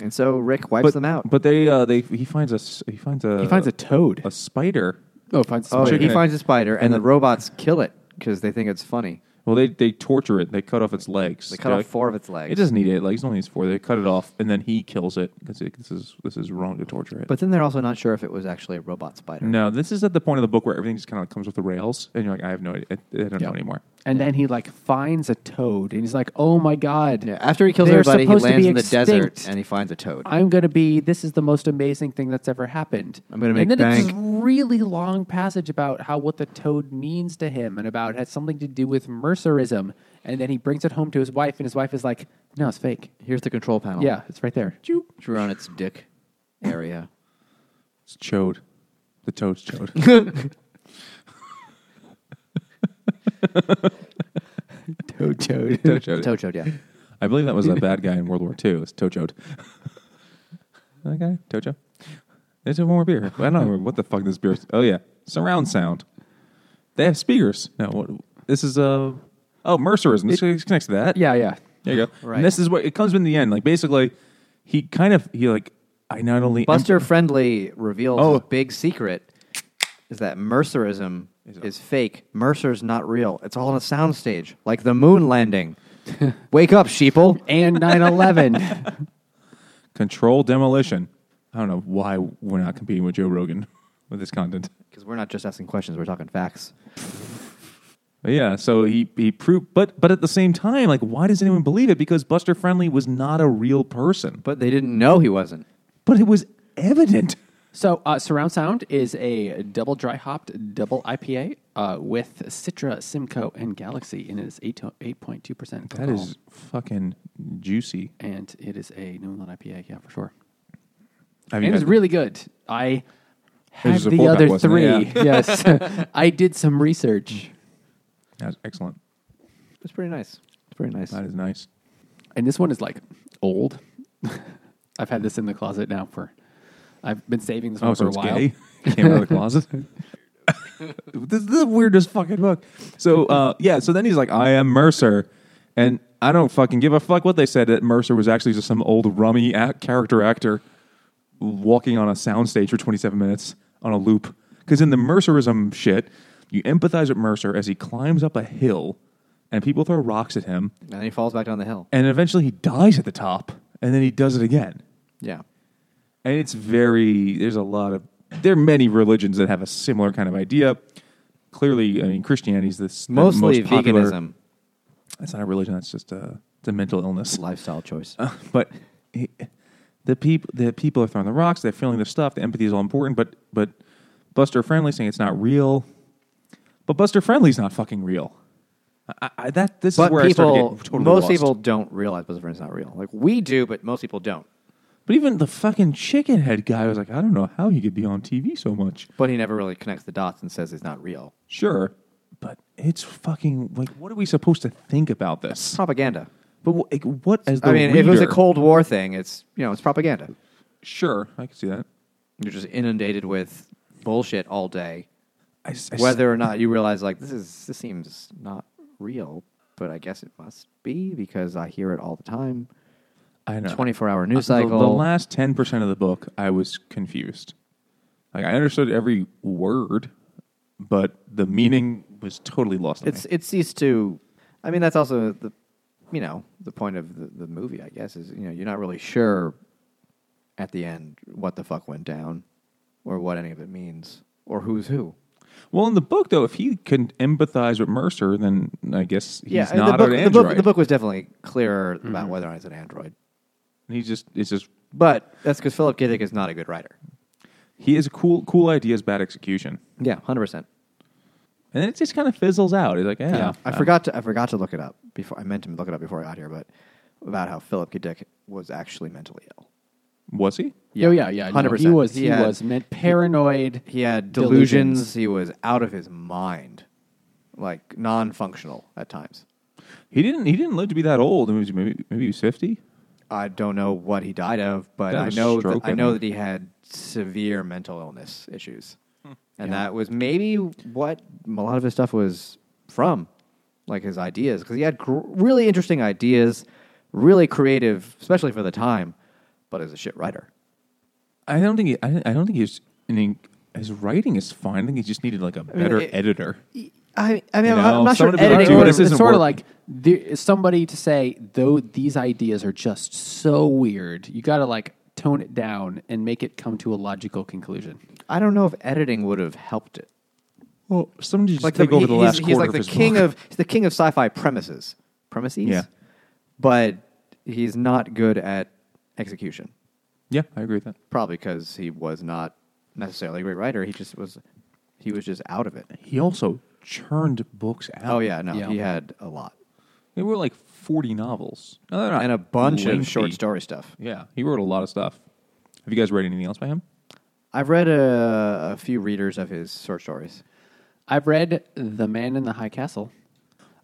S3: And so Rick wipes
S2: But
S3: them out.
S2: But they uh, they he finds a s- he finds a
S1: he finds a toad.
S2: a spider.
S1: oh, finds a
S3: oh,
S1: spider.
S2: chicken
S3: he
S2: head.
S3: finds a spider, and,
S2: And
S3: the,
S2: the-
S3: robots kill it because they think it's funny.
S2: Well, they they torture it. They cut off its legs.
S3: They cut
S2: They're
S3: off
S2: like-
S3: four of its legs.
S2: It doesn't need eight legs. It only needs four. They cut it off, and then he kills it because this is this is wrong to torture it.
S3: But then they're also not sure if it was actually a robot spider.
S2: no, this is at the point of the book where everything just kind of comes with the rails, and you're like, I have no idea. I, I don't know anymore.
S1: and then he like finds a toad, and he's like, "Oh my god!"
S3: Yeah, after he kills
S1: They're
S3: everybody, he
S1: supposed to
S3: lands
S1: be
S3: in the desert
S1: extinct.
S3: and he finds a toad.
S1: I'm gonna be. This is the most amazing thing that's ever happened.
S3: I'm gonna
S1: And
S3: make
S1: then it's this
S3: bank.
S1: really long passage about how what the toad means to him and about it has something to do with Mercerism. And then he brings it home to his wife, and his wife is like, "No, it's fake.
S3: Here's the control panel.
S1: Yeah, it's right there."
S3: Drew on its dick area.
S2: It's chode. The toad's chode.
S1: Toad, toad.
S2: Toad chode.
S3: Toe chode, yeah.
S2: I believe that was a bad guy in World War II. It's Tochode. that guy? Tocho? There's one more beer. I don't know what the fuck this beer is. Oh, yeah. Surround sound. They have speakers. No, what, this is Uh, oh, Mercerism. This connects to that.
S1: yeah, yeah.
S2: There you go.
S3: Right.
S2: And this is what it comes in the end. Like, basically, he kind of, he like, I not only.
S3: Buster Friendly reveals
S2: Oh.
S3: his big secret is that mercerism
S2: Is-
S3: is fake. Mercer's not real. It's all on a soundstage, like the moon landing. Wake up, sheeple.
S1: And 9/11.
S2: Control demolition. I don't know why we're not competing with Joe Rogan with this content.
S3: Because we're not just asking questions, we're talking facts.
S2: Yeah, so he he proved, but but at the same time, like, why does anyone believe it? Because Buster Friendly was not a real person, but
S3: But they didn't know he wasn't.
S2: but it was evident.
S1: So, uh, Surround Sound is a double dry hopped double IPA uh, with Citra, Simcoe, and Galaxy, and it is 8 8.2%.
S2: That is Oh, fucking juicy.
S1: And it is a New England IPA, yeah, for sure.
S2: Have
S1: And
S2: you
S1: it was
S2: had-
S1: really good. I had
S2: was a
S1: the
S2: fullback,
S1: other
S2: wasn't
S1: three.
S2: it?
S1: yes. I did some research.
S2: That's excellent.
S3: It's pretty nice. It's pretty nice.
S2: That is nice.
S1: And this one is like old. I've had this in the closet now for, I've been saving this one
S2: Oh,
S1: for
S2: so
S1: a
S2: it's
S1: while.
S2: gay. Came out of the closet. this is the weirdest fucking book. So uh, yeah, so then he's like, I am Mercer, and I don't fucking give a fuck what they said that Mercer was actually just some old rummy act- character actor walking on a soundstage for 27 minutes on a loop. Because in the Mercerism shit, you empathize with Mercer as he climbs up a hill, and people throw rocks at him,
S3: And then he falls back down the hill.
S2: and eventually he dies at the top, and then he does it again.
S3: Yeah.
S2: and it's very there's a lot of there are many religions that have a similar kind of idea. Clearly, I mean Christianity's this the
S3: Mostly
S2: most popular-
S3: veganism,
S2: That's not a religion. That's just a it's a mental illness.
S3: lifestyle choice.
S2: Uh, but he- the people the people are throwing the rocks. They're feeling their stuff. The empathy is all important. But but Buster Friendly saying it's not real. But Buster Friendly's not fucking real. I, I, that this is
S3: but
S2: where I started
S3: people,
S2: getting totally
S3: most
S2: lost.
S3: people don't realize Buster Friendly's not real. Like we do, but most people don't.
S2: But even the fucking chicken head guy was like, I don't know how he could be on TV so much.
S3: But he never really connects the dots and says he's not real.
S2: Sure, but it's fucking like, what are we supposed to think about this?
S3: Propaganda.
S2: But wh- like, what as the
S3: I mean, if it was a
S2: reader-
S3: Cold War thing, it's you know it's propaganda.
S2: Sure, I can see that.
S3: You're just inundated with bullshit all day,
S2: I, s- I s-
S3: whether or not you realize like this is this seems not real, but I guess it must be because I hear it all the time.
S2: I know.
S3: 24-hour news
S2: Uh, The- The,
S3: cycle.
S2: last ten percent of the book, I was confused. Like I understood every word, but the meaning was totally lost. on
S3: It's it ceased to. I mean, that's also the you know the point of the, the movie. I guess is you know you're not really sure at the end what the fuck went down or what any of it means or who's who.
S2: me. Well, in the book though, if he can empathize with Mercer, then I guess he's
S3: yeah,
S2: not
S3: the book,
S2: an
S3: the
S2: android. Mm-hmm.
S3: book the book was definitely clearer about whether or not he's an android.
S2: He's just it's just
S3: But that's because Philip K. Dick is not a good writer.
S2: he has cool cool ideas, bad execution.
S3: Yeah, hundred percent.
S2: And then it just kind of fizzles out. He's like, yeah.
S3: I forgot to I forgot to look it up before I meant to look it up before I got here, but about how Philip K. Dick was actually mentally ill.
S2: Was he?
S1: Oh yeah, yeah. no, he
S3: 100%.
S1: was he,
S3: He had-
S1: was meant paranoid.
S3: He had delusions. He was out of his mind, like non-functional at times.
S2: He didn't. He didn't live to be that old. I mean, Maybe maybe he was fifty.
S3: I don't know what he died of, but
S2: That
S3: I
S2: was
S3: know that,
S2: stroke,
S3: I know
S2: wasn't
S3: that he had severe mental illness issues, and that was maybe what a lot of his stuff was from, like his ideas, because he had gr- really interesting ideas, really creative, especially for the time, but as a shit writer.
S2: I don't think. He, I, I don't think he was. I mean, his writing is fine. I think he just needed like a better
S3: it-
S2: editor.
S3: I, I mean,
S2: You
S3: I'm-
S2: know,
S3: I'm not sure
S2: someone to be like,
S3: editing
S2: "Dude,
S3: would
S2: this
S1: it's
S2: isn't
S1: sort of
S2: work."
S1: like the, somebody to say though these ideas are just so weird. You got to like tone it down and make it come to a logical conclusion.
S3: I don't know if editing would have helped it.
S2: Well, somebody just
S3: like
S2: take
S3: the,
S2: over
S3: he-
S2: the
S3: he's-
S2: last
S3: he's,
S2: quarter
S3: like
S2: of
S3: the
S2: his
S3: king
S2: book.
S3: of he's the king of sci-fi premises premises
S2: Yeah.
S3: but he's not good at execution
S2: Yeah, I agree with that.
S3: probably because he was not necessarily a great writer he just was he was just out of it
S2: He also churned books out.
S3: oh yeah no
S1: Yeah.
S3: he had a lot
S2: they were like forty novels No, they're not
S3: and a bunch
S2: lengthy.
S3: of short story stuff
S2: Yeah, he wrote a lot of stuff. Have you guys read anything else by him?
S3: i've read a, a few readers of his short stories
S1: I've read The Man in the High Castle.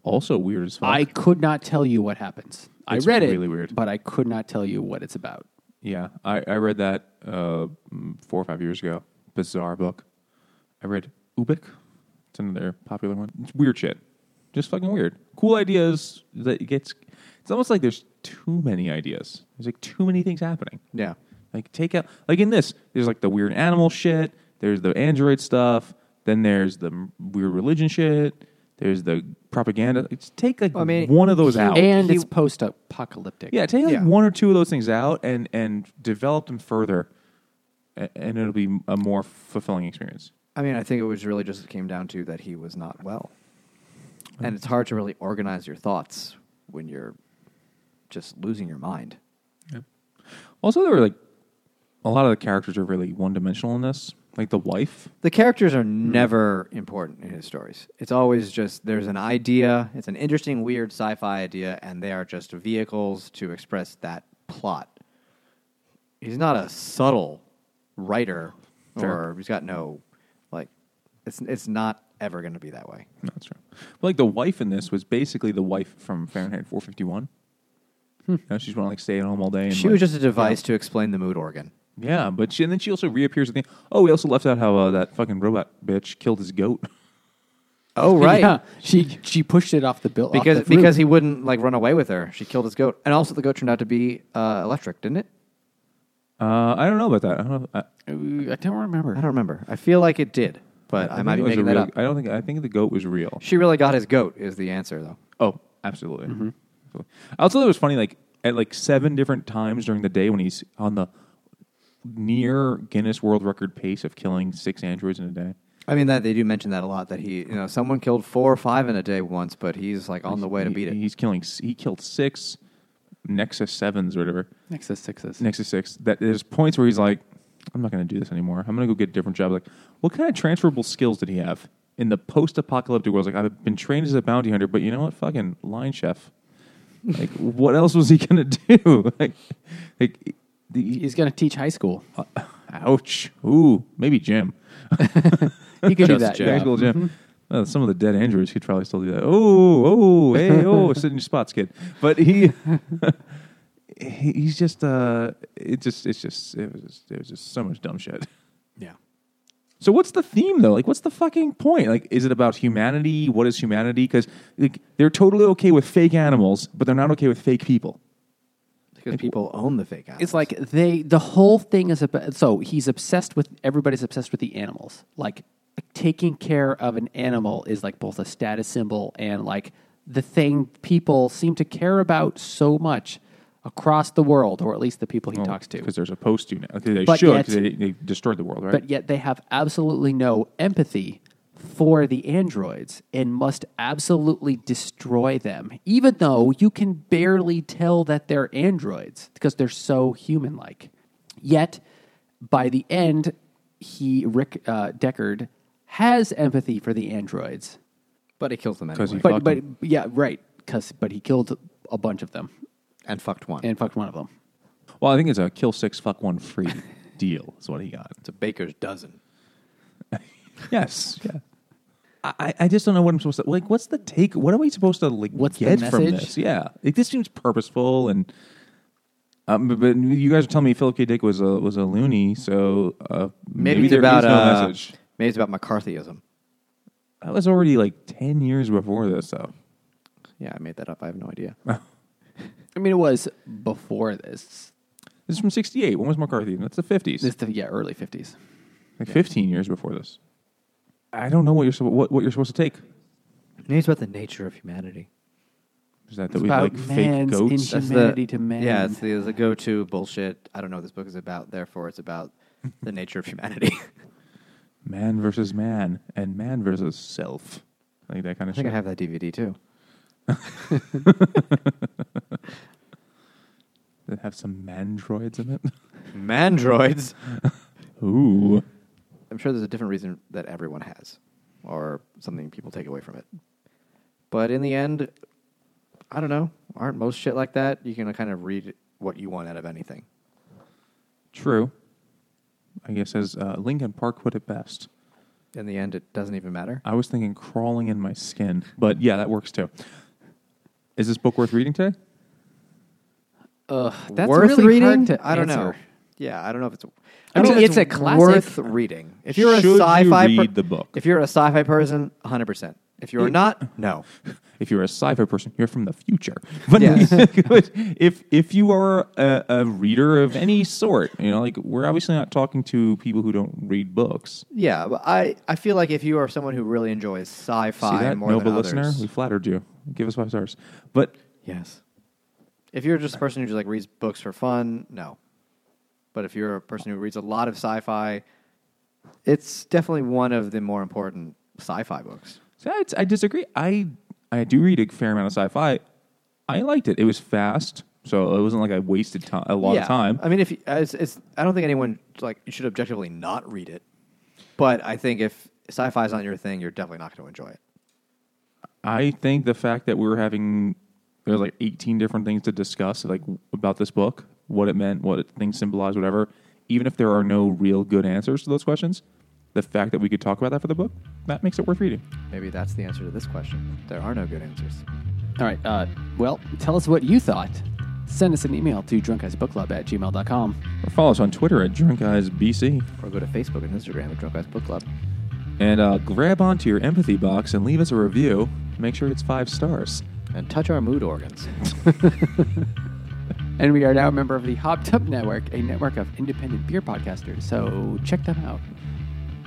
S2: Also weird as fuck.
S1: I could not tell you what happens.
S2: It's
S1: I read
S2: really
S1: it,
S2: weird.
S1: but I could not tell you what it's about.
S2: Yeah, I, I read that uh, mm, four or five years ago. Bizarre book. I read Ubik. It's another popular one. It's weird shit. Just fucking weird. Cool ideas that it gets. It's almost like there's too many ideas. There's like too many things happening.
S3: yeah
S2: Like take out like in this. There's like the weird animal shit. There's the android stuff. Then there's the m- weird religion shit. There's the propaganda. It's take like
S3: I mean,
S2: one of those out.
S1: And it's post apocalyptic.
S2: Yeah, take like
S3: Yeah.
S2: one or two of those things out and and develop them further, a- and it'll be a more fulfilling experience.
S3: i mean i think it was really just it came down to that he was not well
S2: Hmm.
S3: and it's hard to really organize your thoughts when you're just losing your mind
S2: Also, there were like a lot of the characters are really one dimensional in this. Like the wife,
S3: The characters are
S2: Hmm.
S3: never important in his stories. It's always just there's an idea, it's an interesting, weird sci fi idea, and they are just vehicles to express that plot. He's not a subtle writer,
S2: Fair.
S3: or he's got no, like, it's, it's not ever going to be that way.
S2: no, that's true. But like the wife in this was basically the wife from Fahrenheit 451. You know, she's want to like stay at home all day. And,
S3: Hmm. She was
S2: like-
S3: just a device to explain the mood organ.
S2: yeah, but she, and then she also reappears. At the, oh, we also left out how uh, that fucking robot bitch killed his goat.
S3: Oh, right.
S1: Yeah. she she pushed it off the bill
S3: Because, because he wouldn't, like, run away with her. She killed his goat. And also, the goat turned out to be uh, electric, didn't it?
S2: Uh, I don't know about that. I don't know. I,
S1: he Uh, I don't remember.
S3: I don't remember. I feel like it did, but
S2: I
S3: I,
S2: think
S3: might
S2: it
S3: be
S2: was a
S3: making that
S2: real-
S3: up.
S2: I don't think. I think the goat was real.
S3: She really got his goat is the answer though.
S2: Oh, absolutely.
S3: Mm-hmm.
S2: Absolutely. I also thought it was funny, like at like seven different times during the day when he's on the near Guinness World Record pace of killing six androids in a day.
S3: I mean that they do mention that a lot. That he, you know, someone killed four or five in a day once, but he's like on the way to
S2: He-
S3: beat it.
S2: He's killing. s- He killed six Nexus sevens or whatever.
S1: Next is sixes.
S2: Nexus six. That there's points where he's like, I'm not going to do this anymore. I'm going to go get a different job. Like, what kind of transferable skills did he have in the post-apocalyptic world? Like, I've been trained as a bounty hunter, but you know what? Fucking line chef. Like, what else was he going to do? like, like the, uh,
S1: He's going to teach high school.
S2: ouch. Ooh, maybe Jim.
S1: He could do
S3: Just
S1: that.
S3: Jim.
S1: yeah. Mm-hmm.
S2: Actual Jim. Uh, some of the dead androids could probably still do that. Oh, oh, hey, oh, sit in your spots, kid. But he, he he's just, uh, it just, it's just, it was, just, it was just so much dumb shit.
S1: Yeah.
S2: So what's the theme though? Like, what's the fucking point? Like, is it about humanity? What is humanity? Because like, they're totally okay with fake animals, but they're not okay with fake people.
S3: Because people own the fake animals.
S1: It's like they the whole thing is about so he's obsessed with everybody's obsessed with the animals. Like taking care of an animal is like both a status symbol and like the thing people seem to care about so much across the world, or at least the people he talks to.
S2: because they're supposed to now. Oh, 'Cause They
S1: But
S2: should.
S1: yet-
S2: 'cause they, they destroyed the world, right?
S1: but yet they have absolutely no empathy for the androids and must absolutely destroy them, even though you can barely tell that they're androids because they're so human like. Yet, by the end, he, Rick uh, Deckard, has empathy for the androids.
S3: but he kills them
S2: 'Cause he
S3: anyway,
S1: But,
S2: Fuck
S1: but yeah, right. 'cause- but he killed a bunch of them
S3: and fucked one.
S1: and fucked one of them.
S2: well, I think it's a kill six, fuck one free deal. Is what he got.
S3: it's a baker's dozen.
S2: Yes. Yeah. I- I, I just don't know what I'm supposed to like. What's the take? What are we supposed to like
S1: What's the
S2: get from
S1: message?
S2: this? Yeah, like, this seems purposeful, and um, but, but you guys are telling me Philip K. Dick was a was a loony, so uh,
S3: Maybe,
S2: maybe,
S3: it's
S2: there
S3: about
S2: is no
S3: uh,
S2: message.
S3: Maybe it's about McCarthyism.
S2: That was already like ten years before this, though.
S3: Yeah, I made that up. I have no idea.
S1: I mean, it was before this.
S2: This is from '68. When was McCarthy? That's the '50s.
S1: This, yeah, early 50s.
S2: like 15 years before this. I don't know what you're suppo- what, what you're supposed to take.
S3: Maybe it's about the nature of humanity.
S2: Is that that
S1: It's
S2: we
S1: about
S2: like fake
S1: man's
S2: goats?
S1: inhu- Humanity to man.
S3: Yeah, it's the, it's the go-to bullshit. I don't know what this book is about. Therefore, it's about the nature of humanity.
S2: man versus man, and man versus self. Like that kind
S3: I
S2: of
S3: think
S2: shit.
S3: I have that DVD too.
S2: that have some mandroids in it.
S3: Mandroids.
S2: Ooh.
S3: I'm sure there's a different reason that everyone has, or something people take away from it. But in the end, I don't know. Aren't most shit like that? You can kind of read what you want out of anything.
S2: True. I guess as uh, Lincoln Park put it best,
S3: In the end, it doesn't even matter.
S2: I was thinking crawling in my skin, but yeah, that works too. Is this book worth reading today?
S1: Ugh, that's
S3: worth
S1: really
S3: reading?
S1: hard to
S3: I don't know.
S1: answer.
S3: Yeah, I don't know if it's.
S1: I mean,
S3: don't know if
S1: it's a classic.
S3: Worth reading. If you're a
S2: Should you
S3: sci-fi, per-
S2: read the book?
S3: If you're a sci-fi person, 100. percent If you're not, no.
S2: If you're a sci-fi person, you're from the future. But
S3: Yes.
S2: if if you are a, a reader of any sort, you know, like we're obviously not talking to people who don't read books.
S3: Yeah, but I, I feel like if you are someone who really enjoys sci-fi
S2: See that,
S3: more
S2: noble
S3: than
S2: listener?
S3: others,
S2: We flattered you. Give us five stars. But
S3: yes. If you're just a person who just like reads books for fun, no. But if you're a person who reads a lot of sci-fi, it's definitely one of the more important sci-fi books.
S2: See, I, I disagree. I I do read a fair amount of sci-fi. I liked it. It was fast, so it wasn't like I wasted time, a lot
S3: yeah.
S2: of time.
S3: I mean, if you- it's, it's, I don't think anyone like you should objectively not read it, but I think if sci-fi is not your thing, you're definitely not going to enjoy it.
S2: I think the fact that we were having there's like 18 different things to discuss like about this book, what it meant, what it, things symbolized, whatever. Even if there are no real good answers to those questions, the fact that we could talk about that for the book, that makes it worth reading.
S3: Maybe that's the answer to this question. There are no good answers.
S1: All right. Uh, well, tell us what you thought. Send us an email to drunkeysbookclub at gmail.com.
S2: Or follow us on Twitter at Drunk Eyes BC
S3: Or go to Facebook and Instagram at Drunk Guys Book Club.
S2: and uh, grab onto your empathy box and leave us a review. Make sure it's five stars.
S3: and touch our mood organs.
S1: And we are now a member of the Hopped Up Network, a network of independent beer podcasters. So check them out.